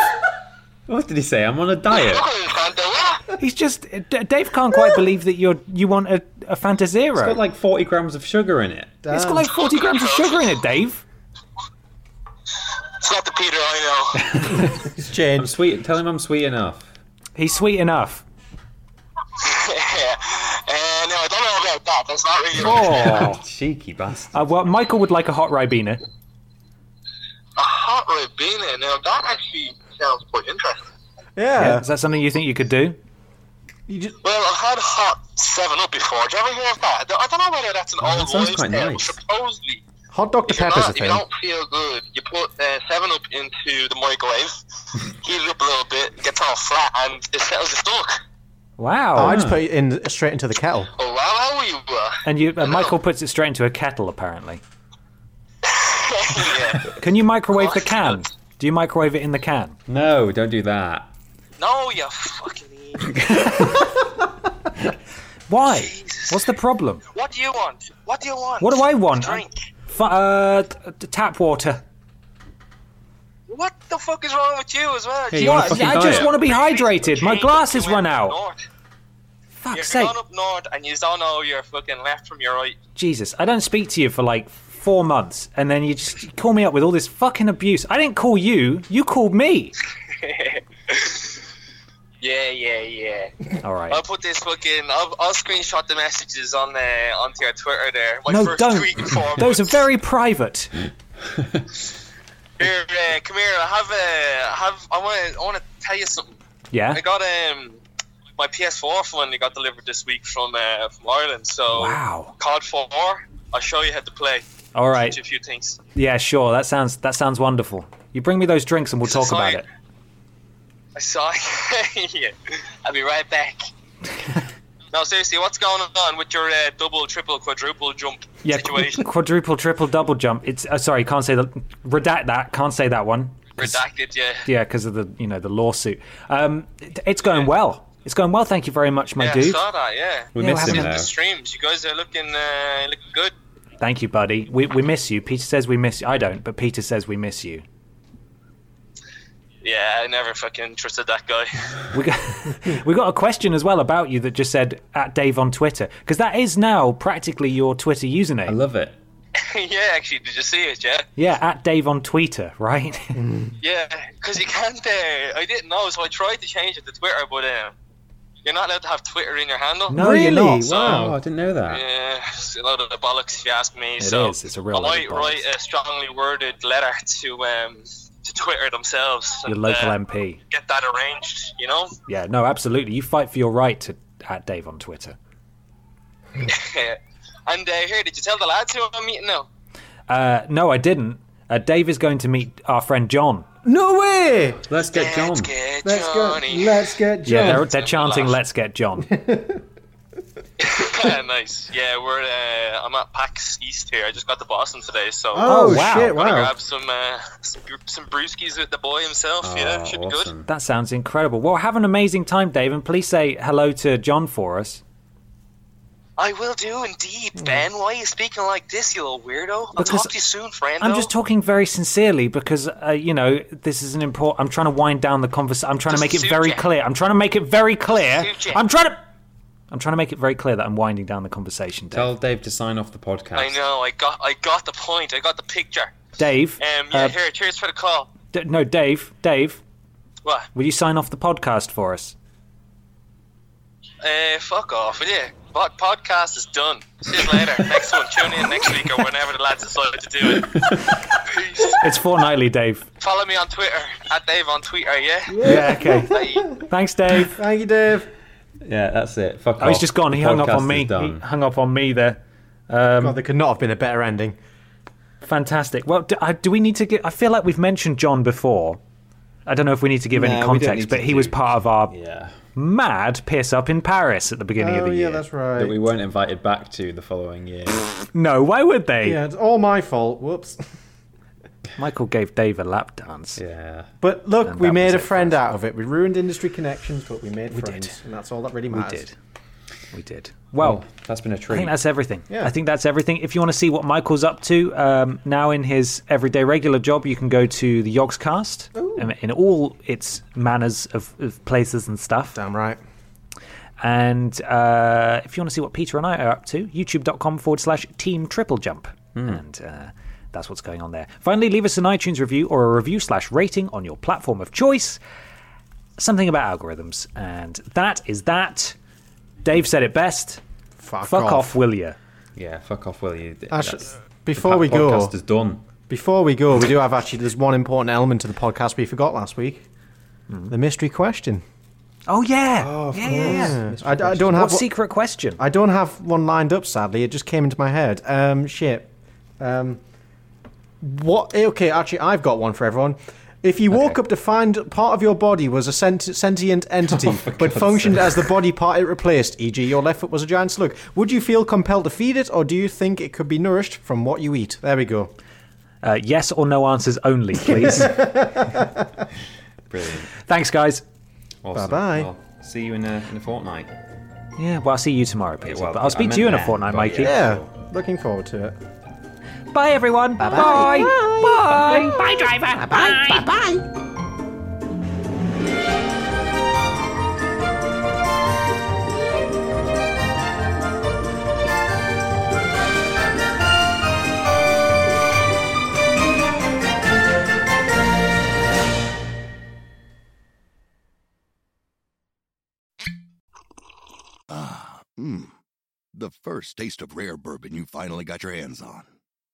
J: What did he say? I'm on a diet.
G: Fucking Fanta, what?
H: He's just D- Dave can't quite believe that you're you want a, a Fanta Zero.
J: It's got like 40 grams of sugar in it.
H: it's got like 40 grams of sugar in it, Dave.
G: It's not the Peter I know. *laughs*
F: It's
J: I'm
F: changed.
J: sweet. Tell him I'm sweet enough.
H: He's sweet enough.
G: uh, no, I don't know about that. That's not really.
H: Oh.
J: Cheeky bastard.
H: Uh, well, Michael would like a hot Ribena.
G: A hot Ribena. Now that actually sounds quite interesting.
F: Yeah.
H: Is that something you think you could do?
G: Well, I've had hot Seven Up before. Do you ever hear of that? I don't- I don't know whether that's an
J: Oh, that
G: old
J: sounds
G: wives'
J: quite
G: tale.
J: nice.
G: Supposedly,
F: Hot Dr.
G: if, you're
F: Pepper's
G: not,
F: a
G: if you
F: thing.
G: don't feel good, you put uh, Seven Up into the
F: *laughs*
G: microwave, heat it up a little bit, gets all flat, and it settles the stomach.
H: Wow.
F: Oh, I just put it in straight into the kettle.
G: Oh wow, how you
F: *laughs*
G: were?
H: and you, uh, Michael puts it straight into a kettle, apparently.
G: yeah.
H: Can you microwave the can? Do you microwave it in the can?
J: No, don't do that.
G: No, you fucking. idiot.
H: Why? What's the problem?
G: What do you want? What do you want?
H: What do I want?
G: Drink.
H: F- uh, t- t- tap water.
G: What the fuck is wrong with you as well?
J: Hey,
G: Do
J: you wanna
G: want-
J: fucking
H: I
J: diet?
H: just want to be hydrated. My glasses
G: You went
H: run
G: up
H: out.
G: north.
H: Fuck's
G: You're
H: sake.
G: gone up north and you don't know your fucking left from your right.
H: Jesus, I don't speak to you for like four months, and then you just call me up with all this fucking abuse. I didn't call you. You called me.
G: *laughs* Yeah, yeah, yeah.
H: All right.
G: I'll put this fucking. I'll, I'll screenshot the messages on uh, onto your Twitter there. My
H: No,
G: first
H: don't.
G: Tweet in four
H: *laughs* Those are
G: months.
H: very private.
G: Here, uh, come here. I have a. Uh, have. I want. to I want to tell you something.
H: Yeah.
G: I got um my PS4 finally got delivered this week from uh, from Ireland. So
H: Wow.
G: COD 4. I'll show you how to play.
H: All right.
G: Teach you a few things.
H: Yeah, sure. That sounds that sounds wonderful. You bring me those drinks and we'll talk about
G: Sorry.
H: it.
G: *laughs* I saw you. I'll be
H: *laughs*
G: right back. no, seriously, what's going on with your uh, double, triple, quadruple jump
H: Yeah.
G: situation?
H: Quadruple, triple, double jump. It's uh, sorry, can't say that. Redact that. Can't say that one.
G: Redacted, yeah.
H: Yeah, because of the you know the lawsuit. Um, it- it's going well. It's going well. Thank you very much, my
G: yeah, I
H: dude.
G: saw that, yeah.
J: We
H: Yeah,
J: miss
H: we're
J: him
H: having
G: The
J: though.
G: streams, you guys are looking, uh, looking good.
H: Thank you, buddy. We we miss you. Peter says we miss you. I don't, but Peter says we miss you.
G: Yeah, I never fucking trusted that guy. *laughs*
H: We got, we got *laughs* a question as well about you that just said at Dave on Twitter because that is now practically your Twitter
J: I
H: username.
J: love it.
G: yeah, actually, did you see it, yeah?
H: Yeah, at Dave on Twitter, right?
G: Yeah, because you can't, uh, I didn't know, so I tried to change it to Twitter, but um, you're not allowed to have Twitter in your handle.
H: no, you're not.
J: Wow, I didn't know that.
G: Yeah, it's a load of the bollocks if you ask me.
H: It
G: so
H: is, it's a real
G: I
H: load
G: might
H: of
G: write
H: bollocks.
G: a strongly worded letter to um to Twitter themselves.
H: Your
G: and,
H: local
G: uh,
H: MP.
G: Get that arranged, you know. *laughs*
H: Yeah, no, absolutely. You fight for your right to at Dave on Twitter.
G: and uh, here, did you tell the lads who I'm meeting now?
H: Uh, no, I didn't. Uh, Dave is going to meet our friend John.
F: No way!
J: Let's get John.
G: Let's get Johnny. *laughs*
F: Let's get John.
H: Yeah, they're, they're chanting, "Let's get John."
G: Yeah, nice. Yeah, we're uh, I'm at PAX East here. I just got to Boston today, so
F: oh,
H: wow.
F: shit,
G: gonna
F: wow.
G: grab some uh, some, bru- some brewskis with the boy himself. yeah,
J: Oh,
G: should be good.
J: awesome.
H: that sounds incredible. Well, have an amazing time, Dave, and please say hello to John for us.
G: I will do indeed, Ben. Why are you speaking like this, you little weirdo? I'll
H: Because
G: talk to you soon, friend.
H: I'm just talking very sincerely because uh, you know this is an important. I'm trying to wind down the conversation. I'm trying to make
G: Just
H: it
G: suit
H: very
G: it.
H: clear. I'm trying to make it very clear.
G: suit it.
H: I'm trying to. I'm trying to make it very clear that I'm winding down the conversation, Dave.
J: Tell Dave to sign off the podcast.
G: I know. I got. I got the point. I got the picture.
H: Dave,
G: Um. Yeah.
H: uh,
G: here. Cheers for the call.
H: D- no, Dave, Dave,
G: What?
H: will you sign off the podcast for us?
G: Uh. Fuck off, will you?
J: Pod- podcast is done. See you
H: *laughs*
J: later. next one. Tune in next week or whenever the lads decide to do it.
H: *laughs* It's fortnightly, Dave.
J: Follow me on Twitter at Dave on Twitter. Yeah.
H: Yeah, okay. Thanks, Dave.
F: Thank you, Dave.
G: Yeah, that's it. Fuck
H: Oh, he's
G: off.
H: just gone. He
G: The
H: hung up
G: podcast
H: on
G: is
H: me. He
G: done.
H: hung up on me there. Um,
F: God, there could not have been a better ending.
H: Fantastic. Well, do, I, do we need to get? I feel like we've mentioned John before. I don't know if we need to give
G: No, we
H: any
G: don't
H: context,
G: need
H: but
G: to
H: he was
G: do-
H: part of our
G: Yeah.
H: mad piss up in Paris at the beginning of
F: Oh,
H: the
F: yeah,
H: year.
F: that's
G: That we
F: right.
G: weren't invited back to the following year.
H: No, why would they?
F: Yeah, it's all my fault. Whoops.
H: Michael gave Dave a lap dance.
G: yeah.
F: But look,
H: And
F: we
H: that was
F: made a
H: it for
F: friend
H: us.
F: out of it. We ruined industry connections, but we made
H: did.
F: friends, and that's all that really
H: We
F: matters.
H: did. We did. Well,
G: That's been a
H: I
G: treat.
H: think that's everything.
F: Yeah.
H: I think that's everything. If you want to see what Michael's up to um, now in his everyday regular job, you can go to the Yogscast um, in all its manners of, of places and stuff.
F: Damn right.
H: And uh, if you want to see what Peter and I are up to, youtube.com forward slash team triple jump. And uh, that's what's going on there. Finally, leave us an iTunes review or a review slash rating on your platform of choice. Something about algorithms. And that is that. Dave said it best.
F: Fuck,
H: Fuck off, will you?
G: Yeah, fuck off, will you?
F: Ash,
G: That's-
F: before
G: that
F: we go,
G: podcast is done.
F: before we go, we do have actually there's one important element to the podcast we forgot last week. The mystery question.
H: Oh, yeah. yeah, yeah, yeah.
F: I, I don't
H: What
F: have. one-
H: secret question?
F: I don't have one lined up. Sadly, it just came into my head. Um, shit. Um, what? eh, Okay, actually, I've got one for everyone. If you woke up to find part of your body was a sent-
G: *laughs* Oh
F: sentient entity, but functioned as the body part it replaced, e.g., your left foot was a giant slug, would you feel compelled to feed it, or do you think it could be nourished from what you eat? There we go.
H: Uh, yes or no answers only, please.
G: Brilliant.
H: Thanks, guys.
G: Awesome.
F: Bye-bye.
G: Well, see you in a, in a fortnight.
H: Yeah, well, I'll see you tomorrow, Peter.
G: well,
H: but
G: I
H: I'll speak
G: meant
H: to you in a
G: that,
H: fortnight,
G: but
H: Mikey.
G: yeah.
F: Yeah, looking forward to it.
H: Bye, everyone. Bye. Bye. Bye, driver. Bye. Bye. Bye.
A: Mmm. The first taste of rare bourbon you finally got your hands on.